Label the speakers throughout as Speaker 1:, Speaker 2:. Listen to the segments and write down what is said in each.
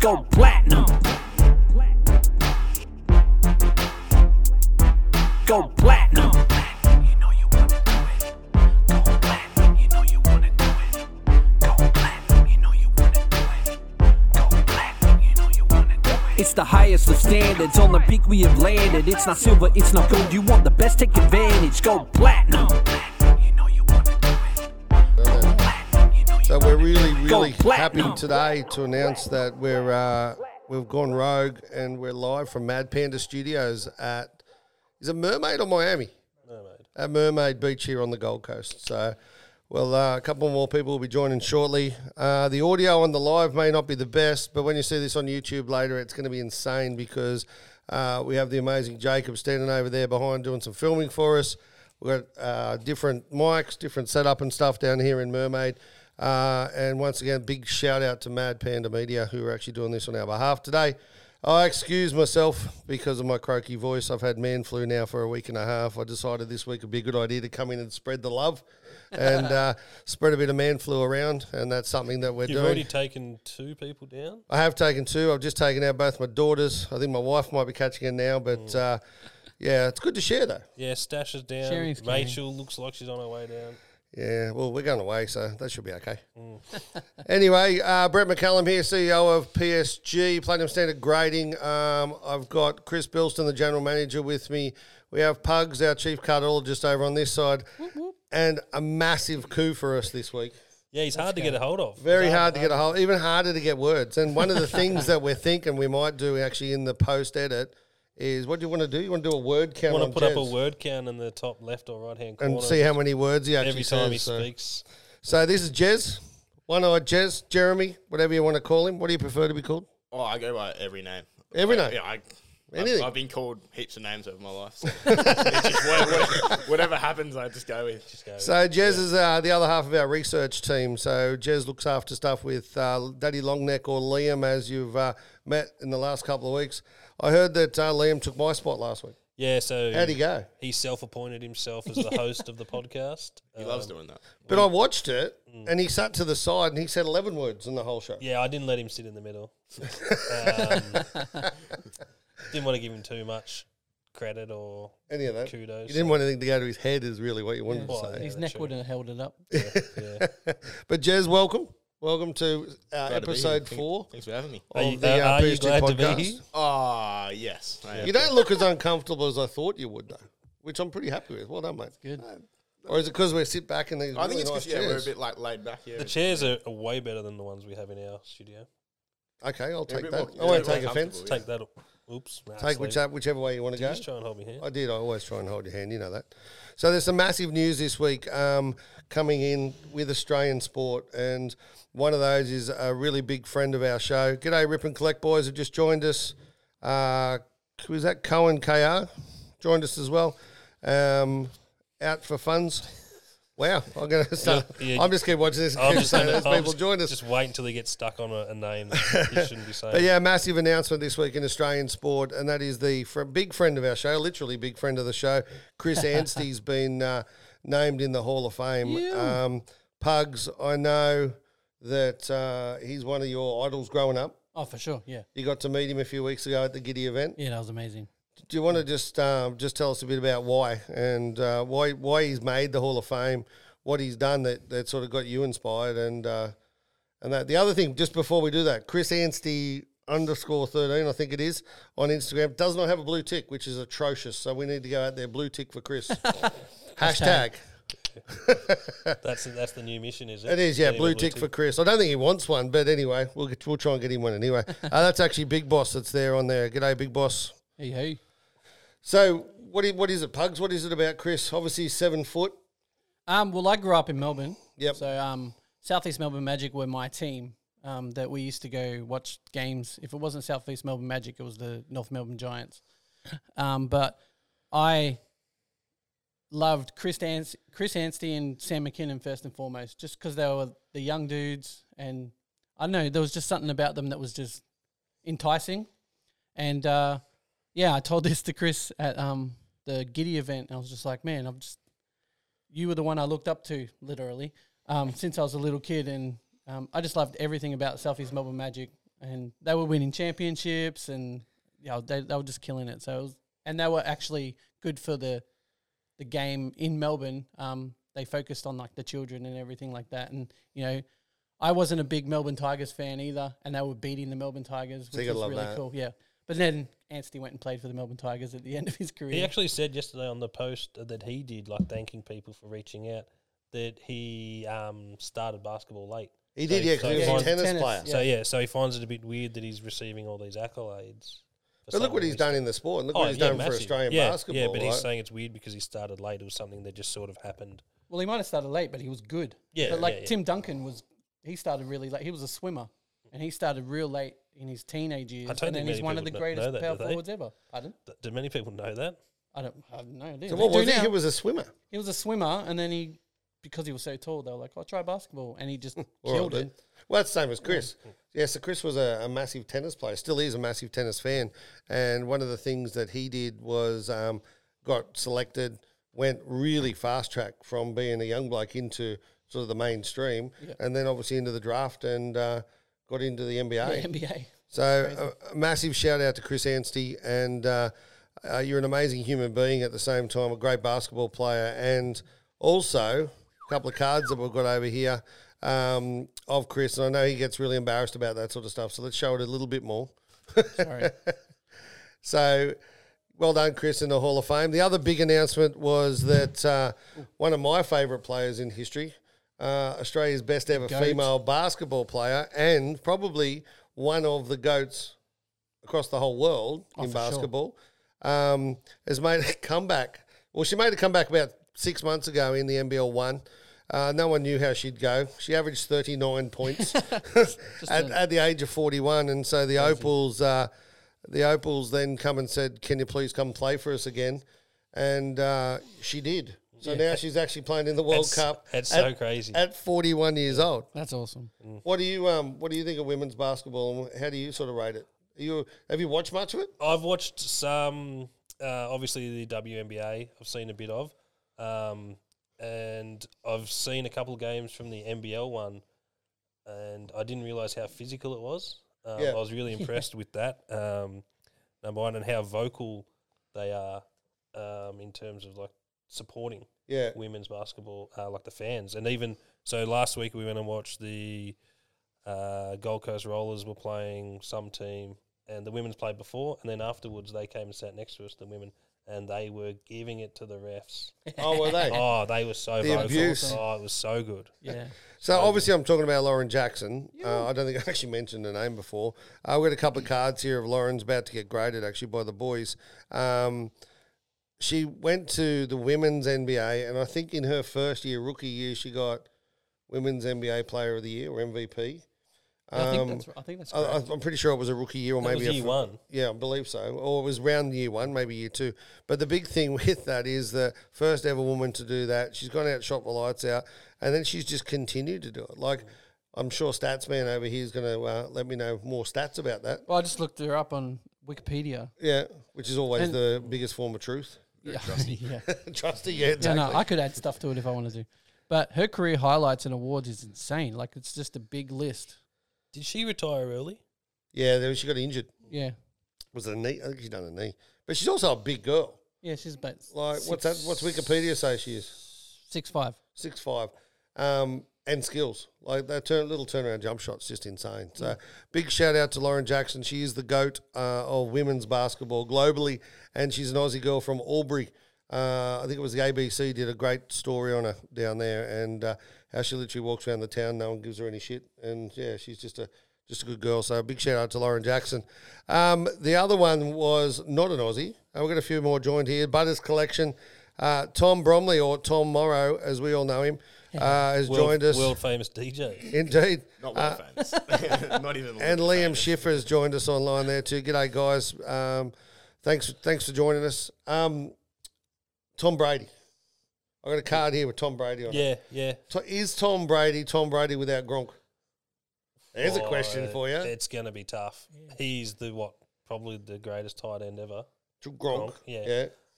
Speaker 1: go platinum. Go platinum. You know you wanna do it. Go platinum. You know you wanna do it. Go platinum. You know you wanna do it. Go platinum. You know you wanna do it.
Speaker 2: It's the highest of standards. On the peak we have landed. It's not silver, it's not gold. You want the best, take advantage. Go platinum.
Speaker 1: You know you wanna do it. Go platinum. You know you
Speaker 3: So we're really,
Speaker 2: Go
Speaker 3: really happy
Speaker 2: platinum.
Speaker 3: today to announce that we're uh, we've gone rogue and we're live from Mad Panda Studios at is it Mermaid or Miami? Mermaid. At Mermaid Beach here on the Gold Coast. So, well, uh, a couple more people will be joining shortly. Uh, the audio on the live may not be the best, but when you see this on YouTube later, it's going to be insane because uh, we have the amazing Jacob standing over there behind doing some filming for us. We've got uh, different mics, different setup and stuff down here in Mermaid. Uh, and once again, big shout out to Mad Panda Media who are actually doing this on our behalf today. I excuse myself because of my croaky voice. I've had man flu now for a week and a half. I decided this week would be a good idea to come in and spread the love and uh, spread a bit of man flu around. And that's something that we're
Speaker 4: You've
Speaker 3: doing.
Speaker 4: already taken two people down.
Speaker 3: I have taken two. I've just taken out both my daughters. I think my wife might be catching it now, but
Speaker 4: Mm.
Speaker 3: uh, yeah, it's good to share though.
Speaker 4: Yeah, Stash is down.
Speaker 5: Sharing's caring.
Speaker 4: Rachel looks like she's on her way down.
Speaker 3: Yeah, well, we're going away, so that should be okay. anyway, uh, Brett McCallum here, CEO of PSG, Platinum Standard Grading. Um, I've got Chris Bilston, the General Manager, with me. We have Pugs, our Chief Cardiologist, over on this side. And a massive coup for us this week.
Speaker 4: Yeah, he's hard to get a hold of.
Speaker 3: Very hard to get a hold, even harder to get words. And one of the things that we're thinking we might do actually in the post edit is what do you want to do? You want to do a word count?
Speaker 4: I want
Speaker 3: on
Speaker 4: to put up a
Speaker 3: Jez
Speaker 4: word count in the top left or right hand corner
Speaker 3: and see how many words he actually
Speaker 4: every time he
Speaker 3: says, so-
Speaker 4: speaks.
Speaker 3: So this is Jez, one eyed Jez, Jeremy, whatever you want to call him. What do you prefer to be called?
Speaker 6: Oh, I go by every name.
Speaker 3: Every
Speaker 6: Yeah,
Speaker 3: name?
Speaker 6: Yeah, I,
Speaker 3: Anything.
Speaker 6: I've, I've been called heaps of names over my life. So it's just what- what- whatever happens, I just go with. Just go.
Speaker 3: So Jez is uh, the other half of our research team. So Jez looks after stuff with uh, Daddy Longneck or Liam, as you've uh, met in the last couple of weeks. I heard that uh, Liam took my spot last week.
Speaker 4: Yeah, so
Speaker 3: How'd he go?
Speaker 4: He self-appointed himself as the host of the podcast. Uh,
Speaker 6: He loves doing that.
Speaker 3: But I watched it, and he sat to the side and he said eleven words in the whole show.
Speaker 4: Mm. Yeah, I didn't let him sit in the middle. Um, didn't want to give him too much credit or
Speaker 3: Any of that?
Speaker 4: kudos.
Speaker 3: You didn't want anything to go to his head, is really what you wanted
Speaker 4: Well,
Speaker 3: to say.
Speaker 5: His
Speaker 4: Yeah,
Speaker 5: neck
Speaker 4: sure.
Speaker 5: wouldn't have held it up.
Speaker 4: yeah.
Speaker 3: But Jez, welcome, welcome to uh,
Speaker 6: Glad to be here.
Speaker 3: episode
Speaker 6: Thank-
Speaker 3: four
Speaker 6: Thanks for having me.
Speaker 4: Are you,
Speaker 3: of the
Speaker 4: uh,
Speaker 3: uh,
Speaker 4: are you
Speaker 3: PSG
Speaker 4: glad to
Speaker 3: podcast.
Speaker 4: be here?
Speaker 6: Ah, yes. I am.
Speaker 3: You don't look as uncomfortable as I thought you would, though, which I'm pretty happy with. Well done, mate. Uh,
Speaker 5: Good.
Speaker 3: Or is it because we sit back in these?
Speaker 6: I think it's
Speaker 3: nice
Speaker 6: because yeah, we're a
Speaker 3: chairs?
Speaker 6: bit like laid back here.
Speaker 4: The chairs are, are way better than the ones we have in our studio.
Speaker 3: Okay, I'll
Speaker 6: We're a
Speaker 3: take
Speaker 6: bit
Speaker 3: that.
Speaker 6: more-
Speaker 3: I won't
Speaker 6: yeah,
Speaker 3: take
Speaker 6: more
Speaker 3: offence.
Speaker 6: comfortable,
Speaker 4: Take that. Oops. Nah,
Speaker 3: Oh, Take
Speaker 4: sleeve.
Speaker 3: whichever, whichever way you want to go.
Speaker 4: Just try and hold me here.
Speaker 3: I did. I always try and hold your hand. You know that. So there's some massive news this week um, coming in with Australian sport, and one of those is a really big friend of our show. G'day, Rip and Collect boys have just joined us. Uh, was that Cohen Kr? Joined us as well. Um, out for funds. Wow, I'm going to start.
Speaker 4: yeah.
Speaker 3: I'm just keep watching this.
Speaker 4: I'm
Speaker 3: And keep
Speaker 4: just
Speaker 3: saying
Speaker 4: saying,
Speaker 3: those
Speaker 4: I'm
Speaker 3: people
Speaker 4: just,
Speaker 3: join us.
Speaker 4: just wait until he gets stuck on a, a name that he shouldn't be saying.
Speaker 3: But yeah, massive announcement this week in Australian sport, and that is the fr- big friend of our show, literally big friend of the show, Chris Anstey's been uh, named in the Hall of Fame. Um, Pugs, I know that uh, he's one of your idols growing up.
Speaker 5: Oh, for sure. Yeah.
Speaker 3: You got to meet him a few weeks ago at the Giddy event.
Speaker 5: Yeah, that was amazing.
Speaker 3: Do you want to just um, just tell us a bit about why and uh, why why he's made the Hall of Fame, what he's done that, that sort of got you inspired, and uh, and that the other thing just before we do that, Chris Anstey underscore thirteen, I think it is on Instagram, does not have a blue tick, which is atrocious. So we need to go out there blue tick for Chris. Hashtag.
Speaker 4: That's that's the new mission, is it?
Speaker 3: It is, yeah,
Speaker 4: Getting a
Speaker 3: blue tick for Chris. I don't think he wants one, but anyway, we'll get, we'll try and get him one anyway. uh, that's actually Big Boss that's there on there. G'day, Big Boss.
Speaker 5: Hey, hey.
Speaker 3: So what is, what is it, Pugs? What is it about Chris? Obviously, he's seven foot.
Speaker 5: Um, well, I grew up in Melbourne.
Speaker 3: Yep.
Speaker 5: So, um, Southeast Melbourne Magic were my team um, that we used to go watch games. If it wasn't Southeast Melbourne Magic, it was the North Melbourne Giants. Um, but I loved Chris Ans- Chris Anstey and Sam McKinnon first and foremost, just because they were the young dudes, and I don't know there was just something about them that was just enticing. And uh, yeah, I told this to Chris at um, the Giddy event. And I was just like, man, I'm just you were the one I looked up to literally um, since I was a little kid, and um, I just loved everything about Southeast Melbourne Magic. and they were winning championships, and you know, they they were just killing it. So it was, and they were actually good for the the game in Melbourne. Um, they focused on like the children and everything like that, and you know. I wasn't a big Melbourne Tigers fan either, and they were beating the Melbourne Tigers, which
Speaker 3: you gotta
Speaker 5: was
Speaker 3: love
Speaker 5: really
Speaker 3: that.
Speaker 5: cool. Yeah, but then Anstey went and played for the Melbourne Tigers at the end of his career.
Speaker 4: He actually said yesterday on the post that he did, like thanking people for reaching out, that he um, started basketball late.
Speaker 3: He did,
Speaker 4: So-
Speaker 3: yeah, because
Speaker 4: so
Speaker 3: he was
Speaker 4: finds-
Speaker 3: a tennis,
Speaker 5: tennis,
Speaker 3: player.
Speaker 5: yeah.
Speaker 4: So yeah, so he finds it a bit weird that he's receiving all these accolades. for
Speaker 3: But look what
Speaker 4: something
Speaker 3: he's done in the sport. and Look what he's
Speaker 4: Oh, yeah,
Speaker 3: done for
Speaker 4: massive.
Speaker 3: Australian
Speaker 4: yeah,
Speaker 3: basketball.
Speaker 4: Yeah, but he's
Speaker 3: right?
Speaker 4: saying it's weird because he started late. It was something that just sort of happened.
Speaker 5: Well, he might have started late, but he was good.
Speaker 4: Yeah,
Speaker 5: But like
Speaker 4: yeah, yeah.
Speaker 5: Tim Duncan was, he started really late. He was a swimmer, and he started real late in his teenage years.
Speaker 4: don't
Speaker 5: and then
Speaker 4: think
Speaker 5: he's
Speaker 4: many
Speaker 5: one of the
Speaker 4: people kn-
Speaker 5: greatest
Speaker 4: know that,
Speaker 5: power
Speaker 4: do they?
Speaker 5: forwards ever. Pardon?
Speaker 4: Th- Do many people know that?
Speaker 5: I don't. I don't know.
Speaker 3: So what was he? He
Speaker 5: was,
Speaker 3: was a swimmer.
Speaker 5: he was a swimmer, and then he, because he was so tall, they were like, "I'll try basketball," and he just
Speaker 3: All right,
Speaker 5: killed
Speaker 3: then.
Speaker 5: it.
Speaker 3: Well, that's the same as Chris. Yeah, so Chris was a, a massive tennis player, still is a massive tennis fan. And one of the things that he did was um, got selected, went really fast track from being a young bloke into sort of the mainstream, and then obviously into the draft and uh, got into the NBA.
Speaker 5: The NBA.
Speaker 3: So a, a massive shout out to Chris Anstey, and uh, uh, you're an amazing human being at the same time, a great basketball player, and also a couple of cards that we've got over here um, of Chris, and I know he gets really embarrassed about that sort of stuff. So let's show it a little bit more.
Speaker 5: Sorry.
Speaker 3: So well done, Chris, in the Hall of Fame. The other big announcement was that uh, one of my favourite players in history, uh, Australia's best ever
Speaker 5: Goat.
Speaker 3: female basketball player, and probably one of the goats across the whole world
Speaker 4: Oh,
Speaker 3: in
Speaker 5: for sure.
Speaker 3: basketball, um, has made a comeback. Well, she made a comeback about six months ago in the NBL one. Uh, no one knew how she'd go. She averaged 39 points at, at the age of 41. And so the Opals, uh, the Opals then come and said, Can you please come play for us again? And uh, she did. So now she's actually playing in the World
Speaker 4: That's-
Speaker 3: Cup.
Speaker 4: that's
Speaker 3: at-
Speaker 4: so crazy.
Speaker 3: At 41 years old.
Speaker 5: That's awesome.
Speaker 3: What do you um What do you think of women's basketball, and how do you sort of rate it? Are you have you watched much of it?
Speaker 4: I've watched some, uh, obviously the WNBA. I've seen a bit of, um, and I've seen a couple of games from the NBL one, and I didn't realize how physical it was. Um,
Speaker 3: Yeah.
Speaker 4: I was really impressed with that. Um, number one, and how vocal they are um, in terms of like supporting
Speaker 3: Yeah,
Speaker 4: women's basketball, uh, like the fans, and even so. Last week we went and watched the uh, Gold Coast Rollers were playing some team, and the women's played before, and then afterwards they came and sat next to us, the women, and they were giving it to the refs.
Speaker 3: Oh, were they?
Speaker 4: oh, they were so
Speaker 3: The
Speaker 4: vocal.
Speaker 3: abuse.
Speaker 4: Oh, it was so good.
Speaker 5: Yeah.
Speaker 3: So obviously, I'm talking about Lauren Jackson. Uh, I don't think I actually mentioned her name before. Uh, we got a couple of cards here of Lauren's about to get graded actually by the boys. Um, she went to the women's NBA, and I think in her first year, rookie year, she got women's NBA Player of the Year or MVP.
Speaker 5: I think
Speaker 3: Um,
Speaker 5: that's. I think that's.
Speaker 3: I,
Speaker 5: correct.
Speaker 3: I- I'm pretty sure it was a rookie year or
Speaker 4: That
Speaker 3: maybe
Speaker 4: was
Speaker 3: a
Speaker 4: year
Speaker 3: fir-
Speaker 4: one.
Speaker 3: Yeah, I believe so. Or it was round year one, maybe year two. But the big thing with that is the first ever woman to do that. She's gone out, shot the lights out, and then she's just continued to do it. Like, I'm sure Statsman over here is going to uh, let me know more stats about that.
Speaker 5: well, I just looked her up on Wikipedia.
Speaker 3: Yeah, which is always
Speaker 5: And-
Speaker 3: the biggest form of truth.
Speaker 5: Yeah. yeah.
Speaker 3: Trusty, yeah, exactly.
Speaker 5: Yeah, no, I could add stuff to it if I wanted to. But her career highlights and awards is insane. Like it's just a big list.
Speaker 4: Did she retire early?
Speaker 3: yeah, there- she got injured.
Speaker 5: Yeah.
Speaker 3: Was it a knee? I think she's done a knee. But she's also a big girl.
Speaker 5: Yeah, she's about
Speaker 3: Like, what's that? What's Wikipedia say she is?
Speaker 5: six five.
Speaker 3: six five, um, and skills. Like that turn, little turnaround jump shots, just insane. So big shout out to Lauren Jackson. She is the goat uh, of women's basketball globally, and she's an Aussie girl from Albury. Uh, I think it was the ABC did a great story on her down there, and uh, how she literally walks around the town. No one gives her any shit, and yeah, she's just a just a good girl. So big shout out to Lauren Jackson. Um, the other one was not an Aussie. Uh, we've got a few more joined here. Butters Collection. Uh, Tom Bromley, or Tom Morrow, as we all know him, uh, has
Speaker 4: World,
Speaker 3: joined us.
Speaker 4: world famous DJ.
Speaker 3: Indeed.
Speaker 6: Not world famous. Not even.
Speaker 3: Uh, And Liam Schiffer has joined us online there too. G'day, guys. Um, thanks, thanks for joining us. Um, Tom Brady. I got a card here with Tom Brady on it.
Speaker 4: Yeah, yeah.
Speaker 3: To- Is Tom Brady Tom Brady without Gronk? There's a
Speaker 4: Oh,
Speaker 3: question for you.
Speaker 4: It's gonna be tough. He's the what? Probably the greatest tight end ever.
Speaker 3: To Gronk.
Speaker 4: Gronk, yeah.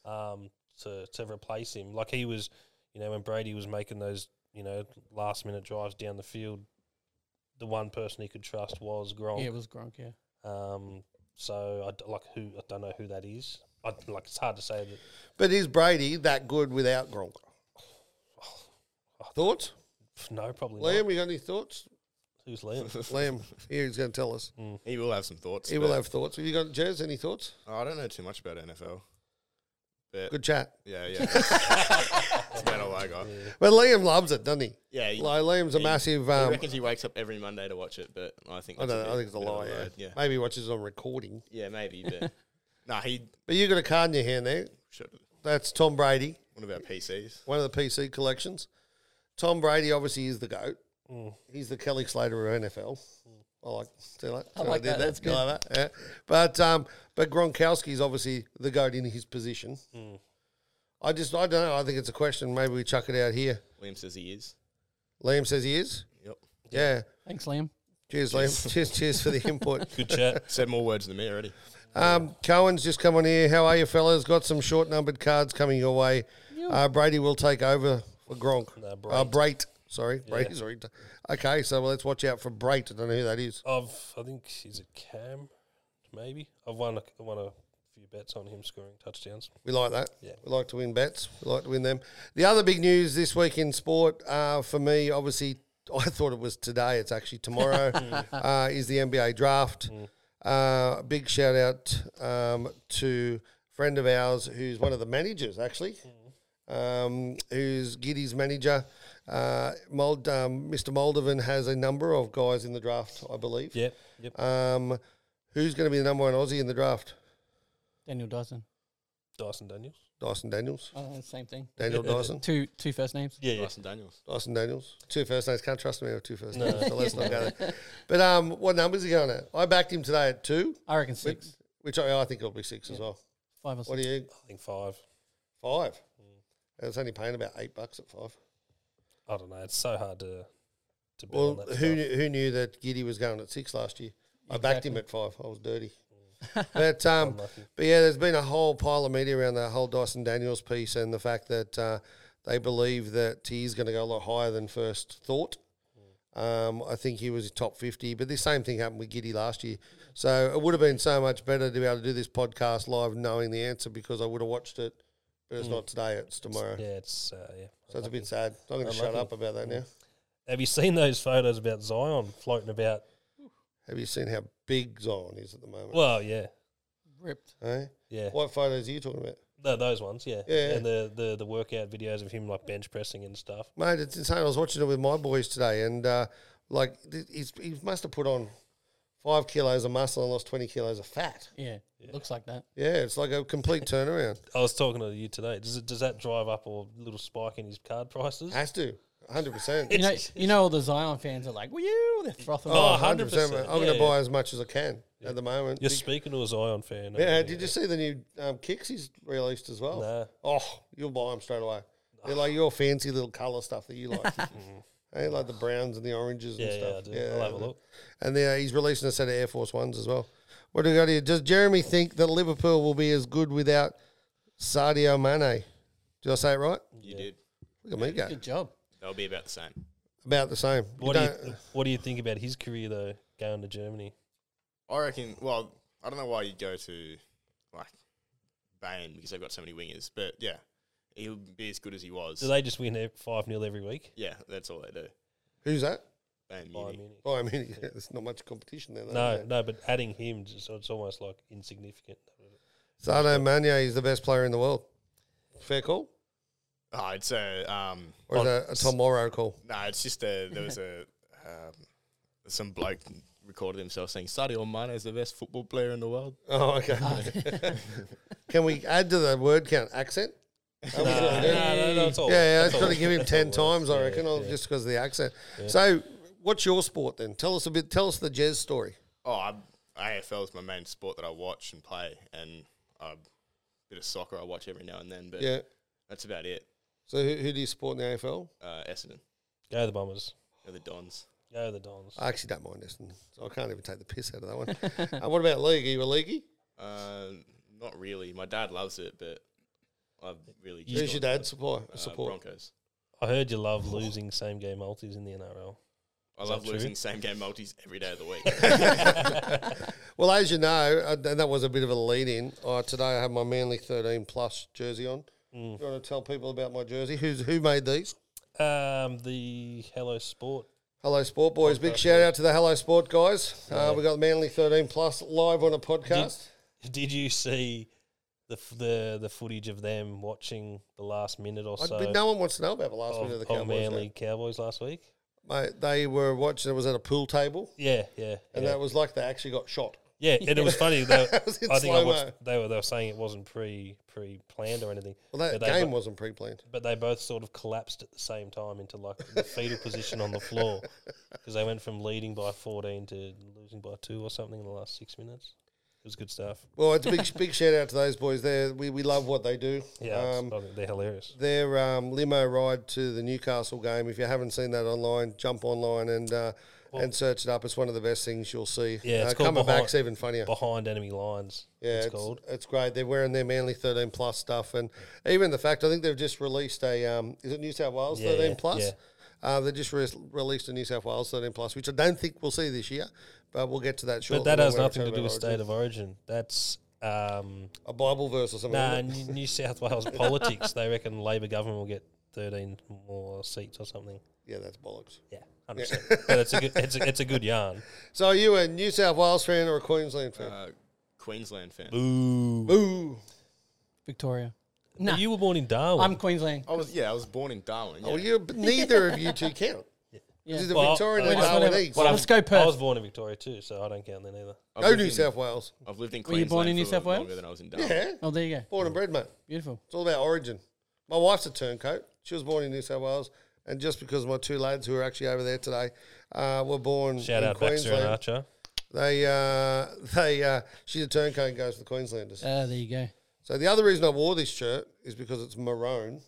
Speaker 3: yeah.
Speaker 4: um, to to replace him. Like he was, you know, when Brady was making those, you know, last minute drives down the field, the one person he could trust was Gronk.
Speaker 5: Yeah, it was Gronk. Yeah.
Speaker 4: Um, so I d- like who I don't know who that is. I, like it's hard to say that.
Speaker 3: But is Brady that good without Gronk? Thoughts?
Speaker 4: pff, No, probably
Speaker 3: Liam,
Speaker 4: not.
Speaker 3: you got any thoughts?
Speaker 4: Who's Liam?
Speaker 3: Liam, here he's going to tell us.
Speaker 6: He will have some thoughts.
Speaker 3: He will
Speaker 6: but-
Speaker 3: have thoughts. Have you got, Jez, any thoughts?
Speaker 6: I don't know too much about NFL. But
Speaker 3: Good chat.
Speaker 6: Yeah, yeah. That's about all I got.
Speaker 3: But Liam loves it, doesn't he?
Speaker 6: Yeah, he,
Speaker 3: Like, Liam's a
Speaker 6: he-
Speaker 3: massive.
Speaker 6: he
Speaker 3: Um,
Speaker 6: reckons he wakes up every Monday to watch it, but I think
Speaker 3: I don't
Speaker 6: that's
Speaker 3: know. I
Speaker 6: bit-
Speaker 3: think it's a
Speaker 6: bit of
Speaker 3: lie. Yeah.
Speaker 6: load. yeah,
Speaker 3: Maybe he watches on recording.
Speaker 6: yeah, maybe. But nah, he
Speaker 3: But you got a card in your hand there.
Speaker 6: should.
Speaker 3: That's Tom Brady,
Speaker 6: One of our PCs.
Speaker 3: one of the PC collections. Tom Brady obviously is the goat.
Speaker 6: Mm.
Speaker 3: He's the Kelly Slater of NFL. I like see that. I
Speaker 5: like
Speaker 3: did
Speaker 5: that, that's
Speaker 3: You like that? Yeah. But um, but Gronkowski's obviously the goat in his position.
Speaker 6: Mm.
Speaker 3: I just I don't know. I think it's a question. Maybe we chuck it out here.
Speaker 6: William says he is.
Speaker 3: Liam says he is.
Speaker 6: Yep.
Speaker 3: Yeah.
Speaker 5: Thanks, Liam.
Speaker 3: Cheers, Liam. cheers, cheers for the input.
Speaker 4: Good chat.
Speaker 6: Said more words than me already.
Speaker 3: Um, Cohen's just come on here. How are you, fellas? Got some short numbered cards coming your way. Uh, Brady will take over for Gronk.
Speaker 4: No,
Speaker 3: Uh,
Speaker 4: Brate.
Speaker 3: Brate. Sorry. Brady's already. t- okay, so let's watch out for Brate. I don't know who that is.
Speaker 4: I've I think is it Cam, maybe. I've won a, won a few bets on him scoring touchdowns.
Speaker 3: We like that.
Speaker 4: Yeah.
Speaker 3: We like to win bets. We like to win them. The other big news this week in sport uh, for me, obviously, I thought it was today. It's actually tomorrow. uh, is the NBA draft. Uh, big shout out um, to a friend of ours who's one of the managers actually, um, who's Giddy's manager. Uh, Mold, um, Mr. Moldovan has a number of guys in the draft, I believe.
Speaker 4: Yep, yep.
Speaker 3: Um, who's going to be the number one Aussie in the draft?
Speaker 5: Daniel Dyson.
Speaker 4: Dyson Daniels.
Speaker 3: Dyson Daniels.
Speaker 5: Oh, same thing.
Speaker 3: Daniel Dyson.
Speaker 5: Two two first names.
Speaker 4: Yeah, yeah.
Speaker 6: Dyson Daniels.
Speaker 3: Dyson Daniels. Two first names. Can't trust me with two first names. So let's not go there. But um, what numbers he going at? I backed him today at two,
Speaker 5: I reckon six,
Speaker 3: which I, I think it'll be six as well.
Speaker 5: five or
Speaker 3: What
Speaker 5: six.
Speaker 3: do you?
Speaker 4: I think five.
Speaker 3: Five. And It's only paying about eight bucks at five.
Speaker 4: I don't know. It's so hard to to bet
Speaker 3: Well,
Speaker 4: on that
Speaker 3: who
Speaker 4: stuff.
Speaker 3: knew, who knew that Giddy was going at six last year? I backed him at five. I was dirty.
Speaker 4: Mm.
Speaker 3: but um, but yeah, there's been a whole pile of media around the whole Dyson Daniels piece and the fact that uh, they believe that he's going to go a lot higher than first thought. Um, I think he was top 50, but the same thing happened with Giddy last year. So it would have been so much better to be able to do this podcast live knowing the answer because I would have watched it, but it's not today, it's tomorrow.
Speaker 4: Mm. Yeah, it's uh, yeah.
Speaker 3: So it's a bit sad. I'm going to shut
Speaker 4: Unlucky.
Speaker 3: up about that now.
Speaker 4: Have you seen those photos about Zion floating about?
Speaker 3: Have you seen how big Zion is at the moment?
Speaker 4: Well, yeah,
Speaker 5: Ripped.
Speaker 3: Eh?
Speaker 4: yeah.
Speaker 3: What photos are you talking about?
Speaker 4: No, those ones, yeah.
Speaker 3: Yeah.
Speaker 4: And the, the the workout videos of him like bench pressing and stuff.
Speaker 3: Mate, it's insane. I was watching it with my boys today, and uh, like th- he's, he must have put on five kilos of muscle and lost 20 kilos of fat.
Speaker 5: Yeah, looks like that.
Speaker 3: Yeah, it's like a complete turnaround.
Speaker 4: I was talking to you today. Does it, does that drive up or little spike in his card prices?
Speaker 3: Has to, 100%.
Speaker 5: You know, you know, all the Zion fans are like, "Woo!" They're frothing.
Speaker 3: Oh,
Speaker 5: Oh,
Speaker 3: 100%. mate. I'm going
Speaker 4: Yeah,
Speaker 3: to buy as much as I can at the moment.
Speaker 4: You're
Speaker 3: Be-
Speaker 4: speaking to a Zion fan. aren't
Speaker 3: yeah,
Speaker 4: you?
Speaker 3: did you see the new um, kicks he's released as well?
Speaker 4: Nah.
Speaker 3: Oh, you'll buy them straight away. They're like your fancy little colour stuff that you like. Hey, like the browns and the oranges
Speaker 4: Yeah,
Speaker 3: and
Speaker 4: yeah, I
Speaker 3: stuff.
Speaker 4: do. I'll have a look.
Speaker 3: And then uh, he's releasing a set of Air Force Ones as well. What do we got here? Does Jeremy think that Liverpool will be as good without Sadio Mane? Did I say it right?
Speaker 6: You did.
Speaker 3: Look at me go.
Speaker 5: Good job.
Speaker 6: They'll be about the same.
Speaker 3: About the same. You
Speaker 4: What do
Speaker 3: don't-
Speaker 4: you What do you think about his career though? Going to Germany,
Speaker 6: I reckon. Well, I don't know why you go to like Bain because they've got so many wingers, but yeah, he'll be as good as he was.
Speaker 4: do they just win five 0 every week?
Speaker 6: yeah, that's all they do.
Speaker 3: who's that?
Speaker 6: Bain,
Speaker 4: Bayern
Speaker 6: Munich.
Speaker 4: Munich.
Speaker 3: Oh, I mean, there's not much competition there. Though,
Speaker 4: No,
Speaker 3: is there?
Speaker 4: no, but adding him, just, it's almost like insignificant.
Speaker 3: Sadio Mane is the best player in the world. Fair call?
Speaker 6: Oh, I'd say. Um,
Speaker 3: Or
Speaker 4: Oh.
Speaker 3: is that a Tom Morrow call?
Speaker 6: No, it's just a, there was a um, some bloke recorded himself saying Sadio Mane is the best football player in the world.
Speaker 3: Oh, okay. Can we add to the word count accent? Are we
Speaker 4: No,
Speaker 3: gonna
Speaker 4: no,
Speaker 3: do it?
Speaker 4: no, no, it's all.
Speaker 3: Yeah, yeah, that's
Speaker 4: it's
Speaker 3: got to
Speaker 4: Oh, all-
Speaker 3: give him
Speaker 4: it's
Speaker 3: ten
Speaker 4: all
Speaker 3: times, I
Speaker 4: yeah,
Speaker 3: reckon,
Speaker 4: yeah.
Speaker 3: just because of the accent. So, what's your sport then? Tell us a bit. Tell us the Jez story.
Speaker 6: Oh, I, AFL is my main sport that I watch and play, and a bit of soccer I watch every now and then, but
Speaker 3: Yeah.
Speaker 6: that's about it.
Speaker 3: So, who, who do you support in the AFL?
Speaker 6: Uh, Essendon,
Speaker 4: Go the Bombers.
Speaker 6: they're the Dons.
Speaker 4: Go the Dons.
Speaker 3: I actually don't mind this, and so I can't even take the piss out of that one. uh, what about league? Are you a leaguey?
Speaker 6: Uh, not really. My dad loves it, but I've really just
Speaker 3: Who's your
Speaker 6: gone
Speaker 3: dad support?
Speaker 6: for, uh,
Speaker 3: support?
Speaker 6: Broncos.
Speaker 4: I heard you love losing same game multis in the NRL.
Speaker 6: I love
Speaker 4: true?
Speaker 6: losing same game multis every day of the week.
Speaker 3: Well, as you know, uh, and that was a bit of a lead in. Uh, today I have my Manly 13 plus jersey on.
Speaker 4: Mm.
Speaker 3: You want to tell people about my jersey? Who's Who made these?
Speaker 4: Um, the Hello Sport.
Speaker 3: Hello Sport Boys. Big shout out to the Hello Sport guys. Uh, we got Manly 13 plus live on a podcast.
Speaker 4: Did you see the f- the the footage of them watching the last minute or
Speaker 3: I-
Speaker 4: so
Speaker 3: but no one wants to know about the last
Speaker 4: of,
Speaker 3: minute of the
Speaker 4: of
Speaker 3: Cowboys.
Speaker 4: Manly
Speaker 3: game.
Speaker 4: Cowboys last week?
Speaker 3: Mate, they were watching, it was at a pool table,
Speaker 4: Yeah, yeah,
Speaker 3: and
Speaker 4: yeah.
Speaker 3: that was like they actually got shot.
Speaker 4: yeah. And it was funny. They,
Speaker 3: It was in
Speaker 4: I think I
Speaker 3: slow-mo.
Speaker 4: watched. They were they were saying it wasn't pre pre planned or anything.
Speaker 3: Well, that
Speaker 4: but they
Speaker 3: game
Speaker 4: bo-
Speaker 3: wasn't pre planned.
Speaker 4: But they both sort of collapsed at the same time into like the fetal position on the floor because they went from leading by fourteen to losing by two or something in the last six minutes. It was good stuff.
Speaker 3: Well, it's a big, big shout out to those boys there. We, we love what they do.
Speaker 4: Yeah, it's-
Speaker 3: Um,
Speaker 4: I think they're hilarious.
Speaker 3: their um, limo ride to the Newcastle game. If you haven't seen that online, jump online and uh, and search it up. It's one of the best things you'll see.
Speaker 4: Yeah, it's
Speaker 3: uh,
Speaker 4: called
Speaker 3: coming
Speaker 4: Behind-
Speaker 3: back's even funnier.
Speaker 4: Behind enemy lines.
Speaker 3: yeah,
Speaker 4: it's,
Speaker 3: it's,
Speaker 4: called.
Speaker 3: it's great. They're wearing their manly thirteen plus stuff, and even the fact I think they've just released a um, is it New South Wales
Speaker 4: Yeah,
Speaker 3: thirteen
Speaker 4: yeah,
Speaker 3: plus.
Speaker 4: yeah.
Speaker 3: Uh, they just re- released a New South Wales 13 plus, which I don't think we'll see this year, but we'll get to that
Speaker 4: But
Speaker 3: shortly.
Speaker 4: that
Speaker 3: when
Speaker 4: has
Speaker 3: we're
Speaker 4: nothing to
Speaker 3: chatting
Speaker 4: do with
Speaker 3: about origin.
Speaker 4: state of origin. That's um,
Speaker 3: a Bible verse or something.
Speaker 4: nah,
Speaker 3: isn't it?
Speaker 4: New New South Wales politics. They reckon Labor government will get thirteen more seats or something.
Speaker 3: Yeah, that's bollocks.
Speaker 4: Yeah, hundred percent. But it's a good, it's a, it's a good yarn.
Speaker 3: So, are you a New South Wales fan or a Queensland fan?
Speaker 6: uh, Queensland fan.
Speaker 3: Ooh.
Speaker 5: Victoria.
Speaker 4: But You were born in Darwin.
Speaker 5: I'm Queensland.
Speaker 6: I was yeah, I was born in Darwin. Yeah.
Speaker 3: Oh, Well, you but neither of you two count.
Speaker 5: Yeah.
Speaker 3: Is it the
Speaker 4: Well,
Speaker 3: Victorian
Speaker 4: uh,
Speaker 3: and
Speaker 5: Just whatever.
Speaker 3: Darwinese?
Speaker 5: Well, let's go
Speaker 4: I
Speaker 5: Perth.
Speaker 4: was born in Victoria too, so I don't count then either.
Speaker 6: I've
Speaker 3: Go
Speaker 6: lived
Speaker 3: New
Speaker 6: in-
Speaker 3: South Wales.
Speaker 6: I've lived in
Speaker 5: Were you
Speaker 6: Queensland
Speaker 5: born in New
Speaker 6: for
Speaker 5: South Wales?
Speaker 6: longer than I was in Darwin.
Speaker 3: Yeah,
Speaker 5: oh, there you go.
Speaker 3: born and bred, mate.
Speaker 5: Beautiful.
Speaker 3: It's all about origin. My wife's a turncoat. She was born in New South Wales, and just because my two lads who are actually over there today uh, were born
Speaker 4: Shout
Speaker 3: in
Speaker 4: out Baxter and
Speaker 3: Queensland,
Speaker 4: Archer.
Speaker 3: they uh, they uh, she's a turncoat and goes for the Queenslanders.
Speaker 5: Uh, there you go.
Speaker 3: So the other reason I wore this shirt is because it's maroon,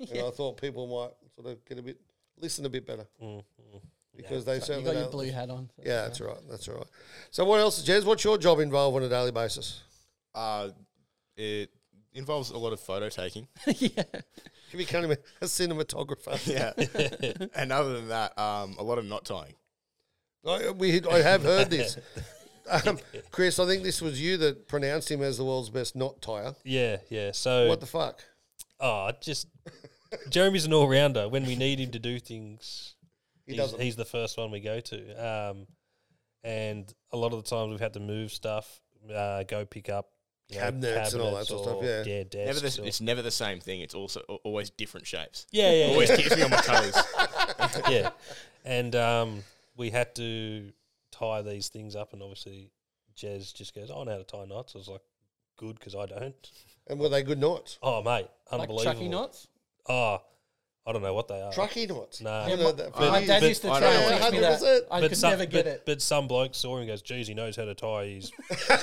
Speaker 3: and I thought people might sort of get a bit listen a bit better because they
Speaker 5: You
Speaker 3: certainly
Speaker 5: got your
Speaker 3: don't-
Speaker 5: blue hat on.
Speaker 3: Yeah, that's right. That's right. So, what else, Jez? What's your job involved on a daily basis?
Speaker 6: Uh, it involves a lot of photo taking.
Speaker 3: You became a a cinematographer.
Speaker 6: Yeah. and other than that, um, a lot of knot tying.
Speaker 3: I, we, I have heard this. Um, Chris, I think this was you that pronounced him as the world's best knot tire.
Speaker 4: Yeah, yeah. So
Speaker 3: What the fuck?
Speaker 4: Oh, just Jeremy's an all rounder. When we need him to do things, he's,
Speaker 3: doesn't.
Speaker 4: he's the first one we go to. Um, and a lot of the times we've had to move stuff, uh, go pick up you know,
Speaker 3: Cabinets and all that sort of stuff,
Speaker 4: or,
Speaker 3: yeah.
Speaker 6: Never
Speaker 4: desks.
Speaker 6: the,
Speaker 4: or-
Speaker 6: it's never the same thing. It's also al- always different shapes.
Speaker 4: yeah, yeah,
Speaker 6: Always
Speaker 4: yeah,
Speaker 6: keeps me on my toes.
Speaker 4: yeah. And um, we had to tie these things up, and obviously Jez just goes, "I know how to tie knots." I was like, "Good," because I don't.
Speaker 3: And were they good knots?
Speaker 4: Oh, mate,
Speaker 5: Like
Speaker 4: unbelievable.
Speaker 5: Chucky knots.
Speaker 4: Oh, I don't know what they are.
Speaker 3: Trucky knots.
Speaker 4: Nah.
Speaker 3: You
Speaker 4: Yeah,
Speaker 3: know that
Speaker 5: My
Speaker 3: phrase?
Speaker 5: dad
Speaker 4: but-
Speaker 5: used to
Speaker 6: I
Speaker 5: try
Speaker 6: know
Speaker 5: and
Speaker 6: what
Speaker 5: teach me
Speaker 3: you
Speaker 5: that.
Speaker 3: mean.
Speaker 5: I
Speaker 4: but
Speaker 5: could
Speaker 4: some,
Speaker 5: never get
Speaker 4: but,
Speaker 5: it.
Speaker 4: But some bloke saw him and goes, geez, he knows how to tie his,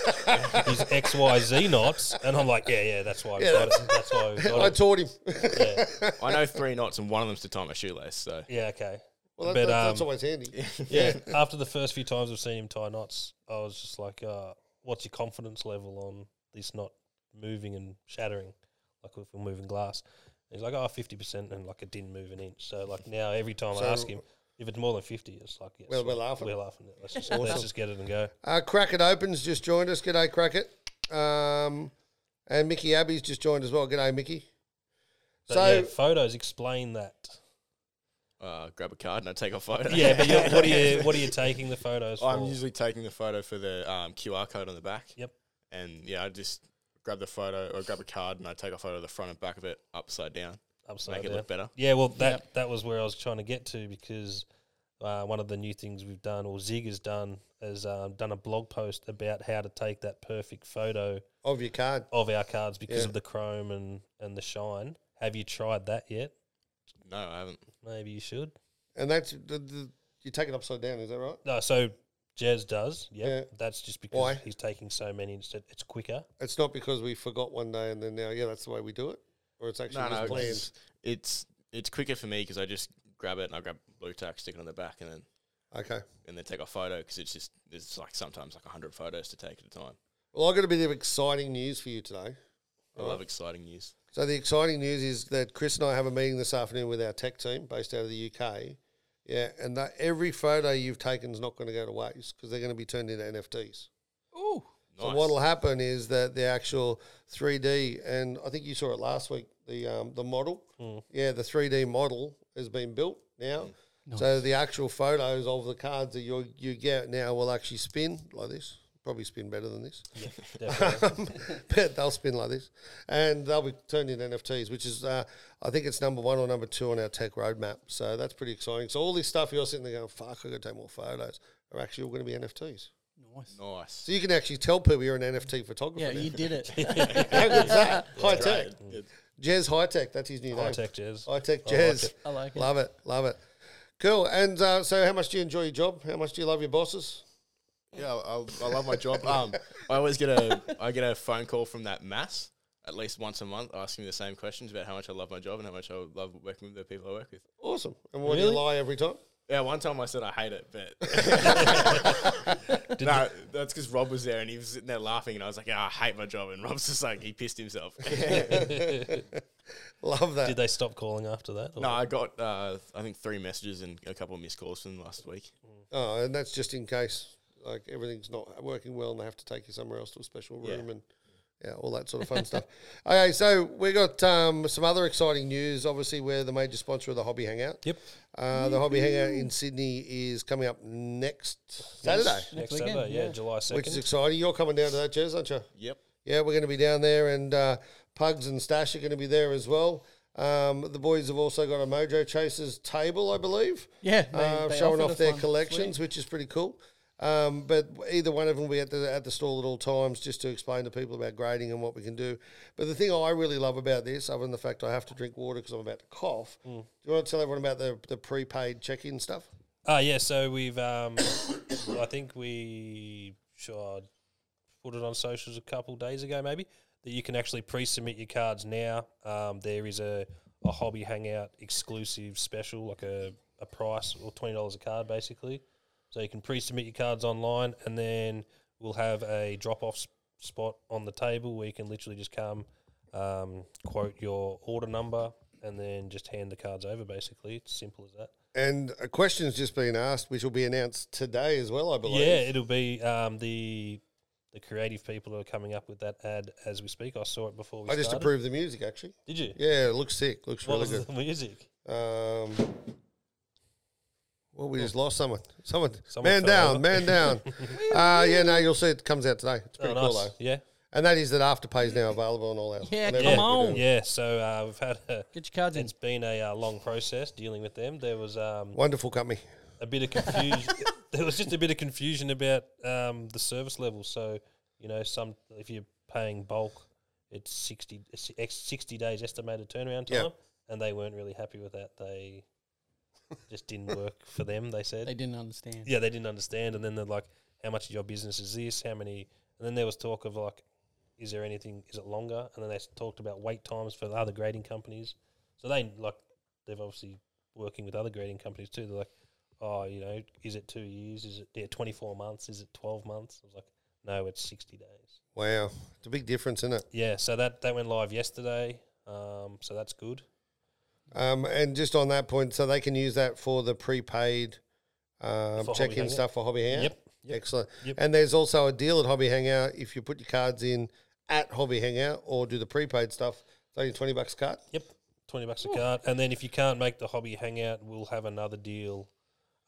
Speaker 4: his XYZ knots. And I'm like, yeah, yeah, that's why we
Speaker 3: Yeah,
Speaker 4: got it. That's why we got
Speaker 3: I
Speaker 4: it.
Speaker 3: taught him.
Speaker 6: I know three knots, and one of them's to tie my shoelace. So
Speaker 4: yeah, okay.
Speaker 3: well, that,
Speaker 4: but,
Speaker 3: that- that's
Speaker 4: um,
Speaker 3: always handy.
Speaker 4: Yeah, after the first few times I've seen him tie knots, I was just like, uh, what's your confidence level on this knot moving and shattering? Like if we're moving glass. He's like, oh, 50%, and like it didn't move an inch. So, like, now every time
Speaker 3: So-
Speaker 4: I ask him, if it's more than 50, it's like, yes,
Speaker 3: Well, we're laughing.
Speaker 4: We're laughing. Let's just, let's just get it and go.
Speaker 3: Uh, Crackett Opens just joined us. G'day, Crackett. Um, and Mickey Abbey's just joined as well. G'day, Mickey.
Speaker 4: But
Speaker 3: So-
Speaker 4: yeah, photos explain that.
Speaker 6: uh, grab a card and I take a photo.
Speaker 4: Yeah, but you're, what are you what are you taking the photos for?
Speaker 6: I'm usually taking the photo for the um, QR code on the back.
Speaker 4: Yep.
Speaker 6: And yeah, I just grab the photo or grab a card and I take a photo of the front and back of it upside down.
Speaker 4: upside
Speaker 6: make it
Speaker 4: down.
Speaker 6: look better.
Speaker 4: Yeah, well that that was where I was trying to get to because uh, one of the new things we've done or Zig has done is um, done a blog post about how to take that perfect photo
Speaker 3: Of your card.
Speaker 4: of our cards because
Speaker 3: Yeah.
Speaker 4: of the chrome and and the shine. Have you tried that yet?
Speaker 6: No, I haven't.
Speaker 4: Maybe you should.
Speaker 3: And that's, the, the, you take it upside down, is that right?
Speaker 4: No, so Jazz does. Yep.
Speaker 3: Yeah.
Speaker 4: That's just because
Speaker 3: Why?
Speaker 4: he's taking so many instead. It's quicker.
Speaker 3: It's not because we forgot one day and then now, yeah, that's the way we do it. Or it's actually
Speaker 6: No,
Speaker 3: just
Speaker 6: no,
Speaker 3: planned.
Speaker 6: it's, it's it's quicker for me because I just grab it and I grab blue tack, stick it on the back, and then
Speaker 3: Okay.
Speaker 6: and then take a photo because it's just there's like sometimes like hundred photos to take at a time.
Speaker 3: Well, I've got a bit of exciting news for you today.
Speaker 6: I love exciting news.
Speaker 3: So the exciting news is that Chris and I have a meeting this afternoon with our tech team based out of the UK Yeah, and that every photo you've taken is not going to go to waste because they're going to be turned into NFTs.
Speaker 5: Ooh.
Speaker 3: So what'll happen is that the actual 3D, and I think you saw it last week, the um, the model, yeah, the 3D model has been built now. So the actual photos of the cards that you you get now will actually spin like this. Probably spin better than this,
Speaker 4: Definitely.
Speaker 3: but they'll spin like this, and they'll be turned into NFTs, which is uh, I think it's number one or number two on our tech roadmap. So that's pretty exciting. So all this stuff you're sitting there going, "Fuck, I got to take more photos," are actually all going to be NFTs.
Speaker 5: Nice.
Speaker 6: Nice.
Speaker 3: So you can actually tell people you're an NFT photographer.
Speaker 5: Yeah,
Speaker 3: now.
Speaker 5: you did it.
Speaker 3: How good's that? High tech.
Speaker 6: Great.
Speaker 3: Jez High Tech. That's his new name.
Speaker 4: High tech jazz.
Speaker 3: High Tech
Speaker 4: I like
Speaker 3: Jez.
Speaker 4: it.
Speaker 5: I like it.
Speaker 3: Love it. Love it. Cool. And uh, so, how much do you enjoy your job? How much do you love your bosses?
Speaker 6: Yeah, I, I love my job. Um, I always get a I get a phone call from that mass at least once a month asking me the same questions about how much I love my job and how much I love working with the people I work with.
Speaker 3: Awesome. And what do you lie every time?
Speaker 6: Yeah, one time I said I hate it, but no, that's because Rob was there and he was sitting there laughing, and I was like, "Ah, I hate my job, and Rob's just like he pissed himself.
Speaker 3: Love that.
Speaker 4: Did they stop calling after that? or-
Speaker 6: no, I got uh, I think three messages and a couple of missed calls from last week.
Speaker 3: Oh, and that's just in case like everything's not working well and they have to take you somewhere else to a special room and yeah, all that sort of fun stuff. Okay, so we got um, some other exciting news. Obviously, we're the major sponsor of the Hobby Hangout.
Speaker 4: Yep.
Speaker 3: Uh, the Hobby Hangout in Sydney is coming up next Saturday,
Speaker 4: Next
Speaker 5: weekend,
Speaker 4: Saturday, yeah,
Speaker 5: yeah.
Speaker 4: July
Speaker 3: which is
Speaker 4: second.
Speaker 3: exciting. You're coming down to that, Jez, aren't you?
Speaker 6: Yep.
Speaker 3: Yeah, we're going to be down there, and uh, Pugs and Stash are going to be there as well. Um, the boys have also got a Mojo Chasers table, I believe.
Speaker 5: Yeah, they-
Speaker 3: uh,
Speaker 5: they
Speaker 3: showing
Speaker 5: offered
Speaker 3: off
Speaker 5: us
Speaker 3: their
Speaker 5: one.
Speaker 3: collections, which is pretty cool. Um, but either one of them will be at the, at the stall at all times just to explain to people about grading and what we can do. But the thing I really love about this, other than the fact I have to drink water because I'm about to cough,
Speaker 5: Mm.
Speaker 3: do you want to tell everyone about the, the prepaid check in stuff?
Speaker 4: Ah, yeah. So we've, um, I think we sure put it on socials a couple days ago, maybe that you can actually pre-submit your cards now. Um, there is a, a hobby hangout exclusive special, like a, a price or twenty dollars a card, basically. So you can pre-submit your cards online, and then we'll have a drop-off s- spot on the table where you can literally just come, um, quote your order number, and then just hand the cards over. Basically, it's simple as that.
Speaker 3: And a question's just been asked, which will be announced today as well, I believe.
Speaker 4: Yeah, it'll be um, the the creative people who are coming up with that ad as we speak. I saw it before we
Speaker 3: I just
Speaker 4: started.
Speaker 3: approved the music, actually.
Speaker 4: Did you?
Speaker 3: Yeah, it looks sick. Looks
Speaker 4: What
Speaker 3: really
Speaker 4: was
Speaker 3: good.
Speaker 4: the music?
Speaker 3: Um, well, we just lost someone. Someone,
Speaker 4: Someone
Speaker 3: man
Speaker 4: fell
Speaker 3: down,
Speaker 4: over.
Speaker 3: man down. uh, yeah, no, you'll see it comes out today. It's
Speaker 4: Oh,
Speaker 3: pretty
Speaker 4: nice.
Speaker 3: cool though.
Speaker 4: Yeah.
Speaker 3: And that is that Afterpay is now available on all our. on
Speaker 5: Yeah,
Speaker 3: everything
Speaker 5: come
Speaker 3: we
Speaker 5: on.
Speaker 3: do.
Speaker 4: Yeah. So uh, we've had a,
Speaker 5: Get your cards in.
Speaker 4: it's been a uh, long process dealing with them. There was um,
Speaker 3: Wonderful company.
Speaker 4: a bit of confusion. there was just a bit of confusion about um, the service level. So you know, some if you're paying bulk, it's sixty it's ex- sixty days estimated turnaround
Speaker 3: Yeah.
Speaker 4: time, and they weren't really happy with that. They just didn't work for them. They said
Speaker 5: They didn't understand.
Speaker 4: yeah, they didn't understand. And then they're like, how much of your business is this? How many? And then there was talk of like, is there anything? Is it longer? And then they s- talked about wait times for the other grading companies. So they like, they've obviously working with other grading companies too. They're like, oh, you know, is it two years? Is it yeah, twenty four months? Is it twelve months? I was like, no, it's sixty days.
Speaker 3: Wow, it's a big difference, isn't it?
Speaker 4: Yeah, so that that went live yesterday. Um, so that's good.
Speaker 3: Um, and just on that point, so they can use that for the prepaid um,
Speaker 4: For Hobby
Speaker 3: check-in
Speaker 4: Hangout.
Speaker 3: stuff for Hobby Hangout.
Speaker 4: Yep, yep,
Speaker 3: excellent.
Speaker 4: yep.
Speaker 3: And there's also a deal at Hobby Hangout if you put your cards in at Hobby Hangout or do the prepaid stuff. It's only twenty bucks a card.
Speaker 4: Yep, twenty bucks a card. And then if you can't make the hobby hangout, we'll have another deal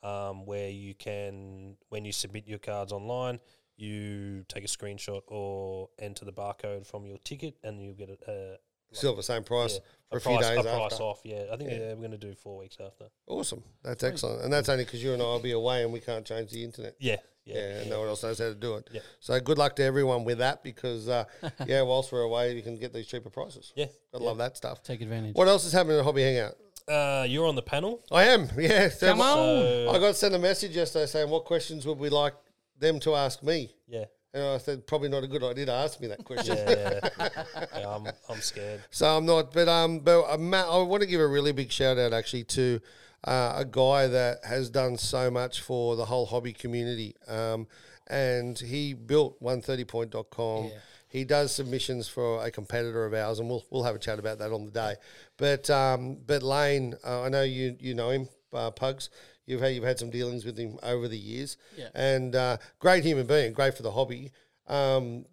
Speaker 4: um, where you can, when you submit your cards online, you take a screenshot or enter the barcode from your ticket, and you'll get a, a,
Speaker 3: Still the same price
Speaker 4: yeah,
Speaker 3: for a,
Speaker 4: a
Speaker 3: few
Speaker 4: price,
Speaker 3: days
Speaker 4: a price
Speaker 3: after.
Speaker 4: off. Yeah, I think yeah, we're going to do four weeks after.
Speaker 3: Awesome. That's excellent. And that's only because you and I will be away and we can't change the internet.
Speaker 4: Yeah,
Speaker 3: Yeah,
Speaker 4: yeah,
Speaker 3: and no one else knows how to do it.
Speaker 4: Yeah.
Speaker 3: So good luck to everyone with that because, uh, yeah, whilst we're away, you can get these cheaper prices.
Speaker 4: yeah.
Speaker 3: I love that stuff.
Speaker 5: Take advantage.
Speaker 3: What else is happening at Hobby Hangout?
Speaker 4: Uh, you're on the panel.
Speaker 3: I am. Yeah. So
Speaker 5: Come
Speaker 3: I-
Speaker 5: on.
Speaker 3: I got sent a message yesterday saying, what questions would we like them to ask me?
Speaker 4: Yeah,
Speaker 3: And I said, probably not a good idea to ask me that question.
Speaker 4: yeah. yeah I'm, I'm scared.
Speaker 3: So I'm not, but um, but uh, Matt, I want to give a really big shout out actually to uh, a guy that has done so much for the whole hobby community. Um, and he built 130point.com. He does submissions for a competitor of ours, and we'll we'll have a chat about that on the day. But um, but Lane, uh, I know you you know him, uh, Pugs. You've had, you've had some dealings with him over the years,
Speaker 5: Yeah.
Speaker 3: and uh, great human being, great for the hobby. Um,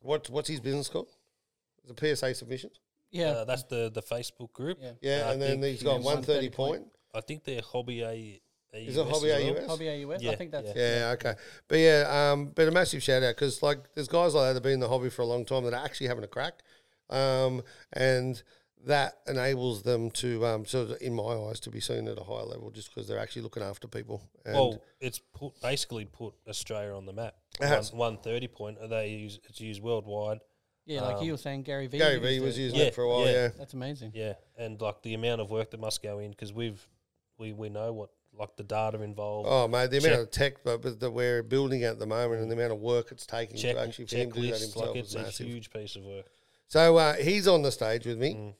Speaker 3: what what's his business called? It's a PSA submission.
Speaker 5: Yeah.
Speaker 4: Uh, that's the the Facebook group.
Speaker 5: Yeah.
Speaker 3: Yeah,
Speaker 4: I
Speaker 3: and then
Speaker 4: think
Speaker 3: he's got
Speaker 5: was
Speaker 3: one thirty
Speaker 5: 130 point.
Speaker 3: point.
Speaker 4: I think they're hobby a.
Speaker 3: Is it hobby AUS?
Speaker 5: Hobby AUS.
Speaker 4: Yeah,
Speaker 5: I think that's
Speaker 3: Yeah, okay. But yeah, um, but a massive shout out because like there's guys like that that have been in the hobby for a long time that are actually having a crack, um, and that enables them to um, sort of in my eyes to be seen at a higher level just because they're actually looking after people. And
Speaker 4: Well, it's put basically put Australia on the map.
Speaker 3: It has.
Speaker 4: One thirty point. uh, They use it's used worldwide.
Speaker 5: yeah. Like you were saying, Gary Vee.
Speaker 3: Gary
Speaker 5: used
Speaker 3: Vee was
Speaker 5: it.
Speaker 3: using
Speaker 4: Yeah,
Speaker 3: it for a while. Yeah,
Speaker 4: yeah.
Speaker 5: That's amazing.
Speaker 4: Um, Yeah, and like the amount of work that must go in because we've we we know what like the data involved.
Speaker 3: Oh mate, the amount
Speaker 4: Check.
Speaker 3: of tech that, but that we're building at the moment and the amount of work it's taking
Speaker 4: check
Speaker 3: to actually for him to do that
Speaker 4: checklists,
Speaker 3: himself
Speaker 4: like
Speaker 3: is
Speaker 4: it's a
Speaker 3: massive.
Speaker 4: huge piece of work.
Speaker 3: So uh, he's on the stage with me.
Speaker 4: Mm.